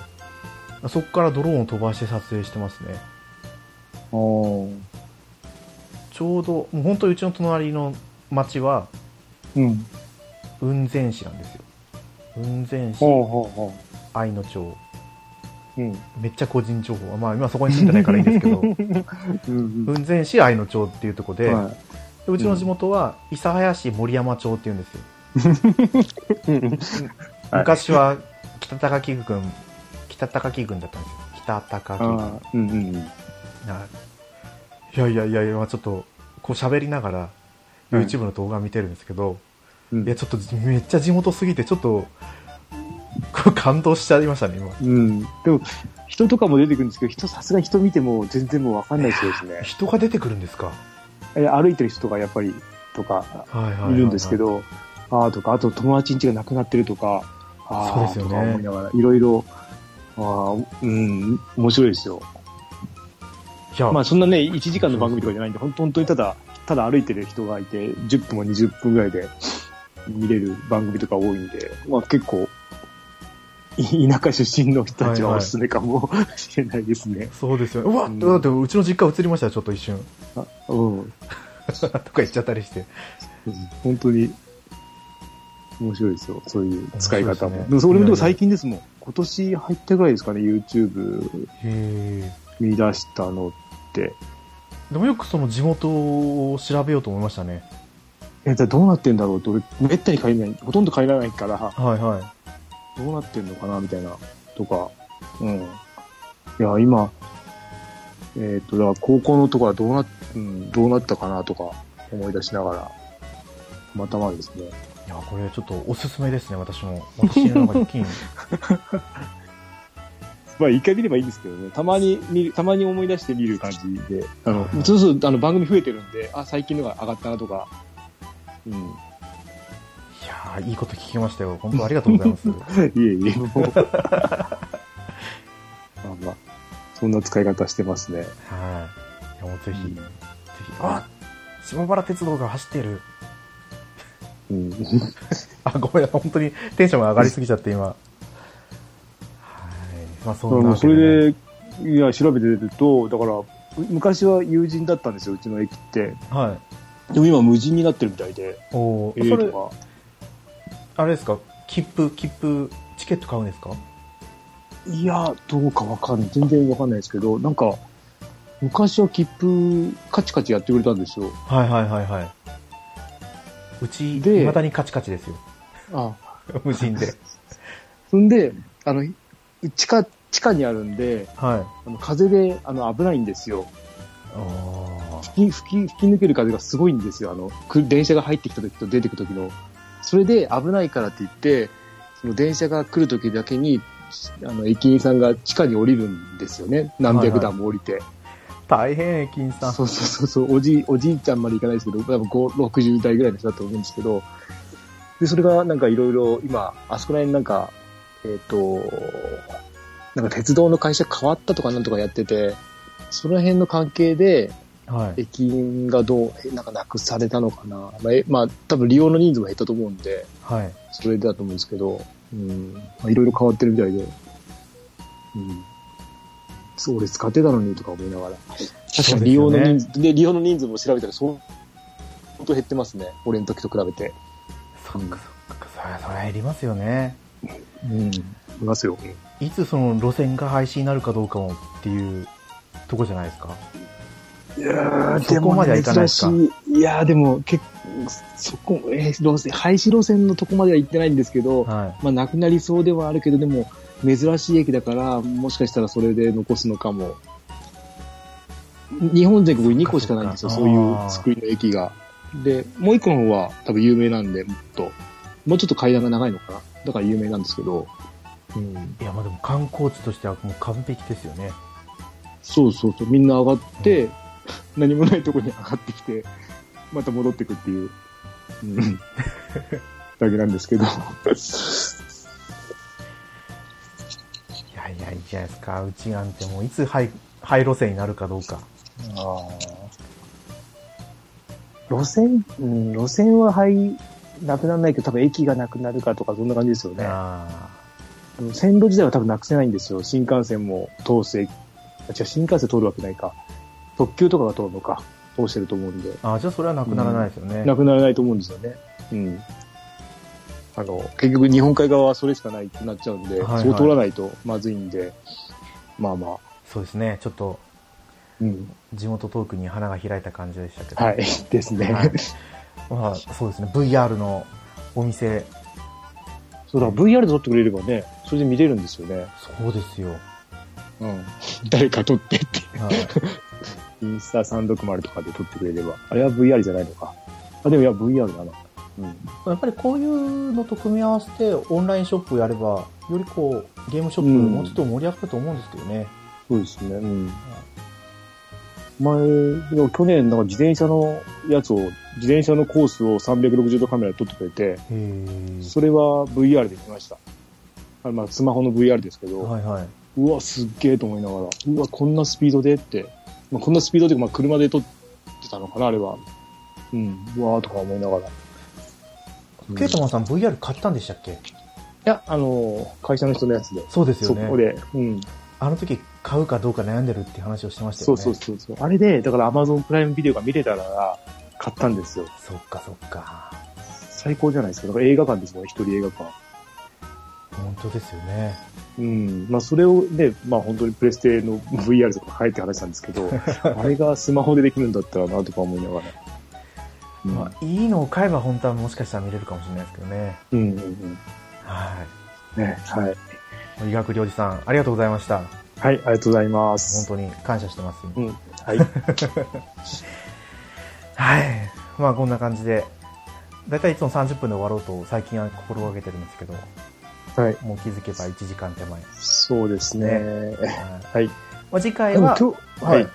Speaker 1: そこからドローンを飛ばして撮影してますね
Speaker 2: おー
Speaker 1: ちょうどもう本当にうちの隣の町は
Speaker 2: うん。
Speaker 1: 雲仙市なんですよ雲仙市
Speaker 2: ほうほうほ
Speaker 1: 愛の町
Speaker 2: う。うん。
Speaker 1: めっちゃ個人情報まあ今そこに住んでないからいいんですけど
Speaker 2: うんうん。
Speaker 1: 雲仙市愛の町っていうとこで、
Speaker 2: は
Speaker 1: でうちの地元は諫早市森山町っていうんですよ
Speaker 2: い。うんはい
Speaker 1: 昔は北高木郡北高木郡だったんですよ北高木
Speaker 2: あーうんうんうん。
Speaker 1: ないやいやいやいやまあちょっとこう喋りながら
Speaker 2: うん
Speaker 1: YouTube の動画見てるんですけど、
Speaker 2: うん
Speaker 1: いやちょっとめっちゃ地元すぎてちょっとこう感動しちゃいましたね今
Speaker 2: うん。でも、人とかも出てくるんですけど、人、さすがに人見ても全然もうわかんないそうですね。
Speaker 1: 人が出てくるんですか
Speaker 2: え歩いてる人がやっぱり、とか、
Speaker 1: はいはいはいはい
Speaker 2: いるんですけど、ああとか、あと友達ん家が亡くなってるとか、あ
Speaker 1: そう
Speaker 2: あ
Speaker 1: ですよ
Speaker 2: と
Speaker 1: ね
Speaker 2: か思いながら、いろいろ、ああ、うん、面白いですよ。
Speaker 1: いや、
Speaker 2: まあそんなね、1時間の番組とかじゃないんで、本当本当にただ、ただ歩いてる人がいて、10分も20分ぐらいで見れる番組とか多いんで、まあ結構、い田舎出身の人たちはおすすめかもしれないですね。
Speaker 1: そうですよねうわっ、
Speaker 2: うん
Speaker 1: だってうちの実家移りましたよちょっと 一瞬
Speaker 2: うん。
Speaker 1: とか言っちゃったりして
Speaker 2: 本当に面白いですよ、そういう使い方
Speaker 1: 面白いです
Speaker 2: も。
Speaker 1: ね
Speaker 2: でもそれも
Speaker 1: いやいや
Speaker 2: 最近ですもん、今年入ったぐらいですかね、YouTube
Speaker 1: へえ
Speaker 2: 見出したのって。
Speaker 1: でもよくその地元を調べようと思いましたね
Speaker 2: え、じゃあどうなってんだろうって、俺、めったに帰らない、ほとんど帰らないから、
Speaker 1: はいは
Speaker 2: どうなってんのかな、みたいな、とか。うん。いや、今、えっ、と、だから高校のとこはどうな、うん、どうなったかな、とか思い出しながら、またまですね。
Speaker 1: いいやこれちょっとおすすめですね私も私の中で 金
Speaker 2: まあ、一回見ればいいんですけどね、たまに見る、たまに思い出して見る感じで、あの
Speaker 1: は、い
Speaker 2: そうそう、あの、番組増えてるんで、あ、最近のが上がったなとか、うん。
Speaker 1: いやーいいこと聞きましたよ本当ありがとうございます
Speaker 2: いえいえ、もう。 まあまあ、そんな使い方してますね。
Speaker 1: はいいやもうぜひ、ぜ
Speaker 2: う
Speaker 1: ひあ島原鉄道が走ってる
Speaker 2: ん。
Speaker 1: あごめん本当にテンションが上がりすぎちゃって今はいまあそんな
Speaker 2: もう
Speaker 1: わ
Speaker 2: そ
Speaker 1: けでね
Speaker 2: れで、いや、調べてると、だから、う昔は友人だったんですよ、うちの駅って。
Speaker 1: はい
Speaker 2: でも今無人になってるみたいで、
Speaker 1: おー
Speaker 2: ええ
Speaker 1: それ
Speaker 2: とか。
Speaker 1: あれですか切符切符チケット買うんですか
Speaker 2: いや、どうかわかんない。全然わかんないですけど、なんか、昔は切符、カチカチやってくれたんですよ。
Speaker 1: はいはいはいはいうちい
Speaker 2: で
Speaker 1: まだにカチカチですよ
Speaker 2: あ
Speaker 1: 無人で
Speaker 2: そんで、あの、地下、地下にあるんで、
Speaker 1: はい
Speaker 2: あの風で、あの、危ないんですよ。
Speaker 1: あ
Speaker 2: 吹き、吹き、吹き抜ける風がすごいんですよ。あの、く電車が入ってきた時と出てく時の。それで危ないからって言って、その電車が来る時だけに、あの、駅員さんが地下に降りるんですよね。何百段も降りて。
Speaker 1: ー大変駅員さん
Speaker 2: そうそうそうそう、おじい、おじいちゃんまでいかないですけど、多分5、60代ぐらいの人だと思うんですけど、で、それがなんかいろいろ、今、あそこら辺なんか、えっ、と、なんか鉄道の会社変わったとかなんとかやってて、その辺の関係で、
Speaker 1: はい
Speaker 2: 駅員がどう、えなんかなくされたのかな。まあ、えまあ、多分利用の人数も減ったと思うんで、
Speaker 1: はい
Speaker 2: それだと思うんですけど、うん、まあいろいろ変わってるみたいで、うん。そう、俺使ってたのにとか思いながら。確かに利用の
Speaker 1: そうで
Speaker 2: 人
Speaker 1: すよね
Speaker 2: 数、で、利用の人数も調べたら相当減ってますね。俺の時と比べて。
Speaker 1: そっかそっかそりゃそりゃ減りますよね
Speaker 2: うん。いますよ。
Speaker 1: いつその路線が廃止になるかどうかもっていうとこじゃないですか
Speaker 2: いや
Speaker 1: ーそこまではいかないですか
Speaker 2: でもね珍しい。いやーでも、結そこ、えー路線、廃止路線のとこまでは行ってないんですけど、
Speaker 1: は
Speaker 2: まあ、なくなりそうではあるけど、でも、珍しい駅だから、もしかしたらそれで残すのかも。日本全国に2個しかないんですよ、
Speaker 1: そ
Speaker 2: そ
Speaker 1: っか
Speaker 2: う
Speaker 1: そっ
Speaker 2: い
Speaker 1: か
Speaker 2: う作りの駅が。で、もう1個の方は多分有名なんで、もっと。もうちょっと階段が長いのかな。だから有名なんですけど、うん、
Speaker 1: いや、まあでも観光地としてはもう完璧ですよね。
Speaker 2: そうそうそう、みんな上がって、何もないとこに上がってきて、また戻ってくっていう、 うん、だけなんですけど。
Speaker 1: いやいや、いいじゃないですか。うちなんてもういつ廃、廃路線になるかどうか。
Speaker 2: 路線、うん、路線ははい、なくならないけど、多分駅がなくなるかとか、そんな感じですよね。
Speaker 1: あ
Speaker 2: あの線路自体は多分なくせないんですよ。新幹線も通す駅、あ、違う、新幹線通るわけないか。特急とかが通るのか。通してると思うんで。
Speaker 1: ーあー、じゃあそれはなくならないですよね。
Speaker 2: なくならないと思うんですよね。うん。あの、結局日本海側はそれしかないってなっちゃうんで、
Speaker 1: はいはい
Speaker 2: そう通らないとまずいんで、まあまあ、
Speaker 1: そうですね。ちょっと
Speaker 2: うん。
Speaker 1: 地元トークに花が開いた感じでしたけど。
Speaker 2: はい、 ですね。
Speaker 1: はいまあ、そうですね。VR のお店、
Speaker 2: そうだ、VR で撮ってくれればね、それで見れるんですよね。
Speaker 1: そうですよ。
Speaker 2: うん。誰か撮ってって。
Speaker 1: はい
Speaker 2: インスタ360とかで撮ってくれれば。あれは VR じゃないのか。あ、でもいや、VR だな。うん。
Speaker 1: やっぱりこういうのと組み合わせてオンラインショップやればよりこうゲームショップ
Speaker 2: うん
Speaker 1: もうちょっと盛り上がると思うんですけどね、
Speaker 2: そうですね。うん。前、でも去年、なんか自転車のやつを、自転車のコースを360度カメラで撮ってくれて、
Speaker 1: へ
Speaker 2: それは VR で見ました。あまあ、スマホの VR ですけ
Speaker 1: え
Speaker 2: ど、
Speaker 1: はいはいう
Speaker 2: わ、すっげえと思いながら、うわ、こんなスピードでって、まあ、こんなスピードで、まあ、車で撮ってたのかな、あれは。うん、うわーとか思いながら。
Speaker 1: ケイト
Speaker 2: い
Speaker 1: マンさん VR 買ったんでしたっけ
Speaker 2: や、あの、会社の人のやつで。
Speaker 1: そうですよ
Speaker 2: そ
Speaker 1: ね
Speaker 2: こで、うん、
Speaker 1: あの時買うかどうか悩んでるって話をしてました
Speaker 2: そ
Speaker 1: よ
Speaker 2: う
Speaker 1: ね
Speaker 2: そうそうそう。あれで、だから Amazon プライムビデオが見れたら、買ったんですよ。
Speaker 1: そっかそっか
Speaker 2: 最高じゃないですか。だから映画館ですもん、一人映画館。
Speaker 1: 本当ですよね
Speaker 2: うん。まあ、それをね、まあ、本当にプレステの VR とか入って話したんです けど、あれがスマホでできるんだったらな、とか思いながら。うん。
Speaker 1: まあ、いいのを買えば本当はもしかしたら見れるかもしれないですけどね
Speaker 2: うんうんうん。
Speaker 1: は
Speaker 2: ね、はい。
Speaker 1: い医学料理さんありがとうございました
Speaker 2: はい、ありがとうございま
Speaker 1: 本
Speaker 2: す。
Speaker 1: 当に感謝してます、
Speaker 2: うん。はい。
Speaker 1: はいまあこんな感じでだいたいいつも30分で終わろうと最近は心がけてるんですけど
Speaker 2: はい。
Speaker 1: もう気づけば1時間手前。
Speaker 2: そうですね。はい。
Speaker 1: まあ、次回
Speaker 2: でも
Speaker 1: は、
Speaker 2: 今日、はい。い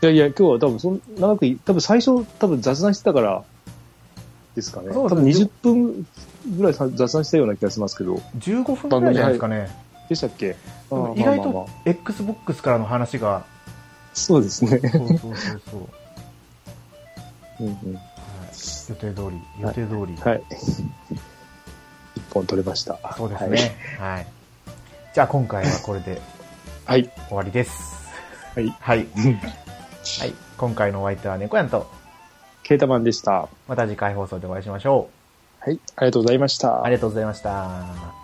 Speaker 2: やいや、今日は多分そん、長くい、多分最初、多分雑談してたから、ですかね。
Speaker 1: そう
Speaker 2: 多
Speaker 1: です
Speaker 2: 分
Speaker 1: ね
Speaker 2: 20分ぐらいさ雑談したような気がしますけど、
Speaker 1: 15分くらいじゃないですかね。
Speaker 2: でしたっけ
Speaker 1: でも
Speaker 2: あー
Speaker 1: 意外
Speaker 2: まあまあ
Speaker 1: と
Speaker 2: まあ
Speaker 1: XBOX からの話が、
Speaker 2: そうですね。
Speaker 1: そうそうそうそう、
Speaker 2: うんうん。
Speaker 1: はい予定通り、予定通り。
Speaker 2: はい。一本取れました。
Speaker 1: そうですね、はい。じゃあ今回はこれで
Speaker 2: はい。はい。
Speaker 1: 終わりです。
Speaker 2: はい。
Speaker 1: はい。はい。今回のお相手は猫やんと、
Speaker 2: ケータマンでした。は
Speaker 1: また次回放送でお会いしましょ
Speaker 2: い。ありがとうございました。
Speaker 1: う。ありがとうございました。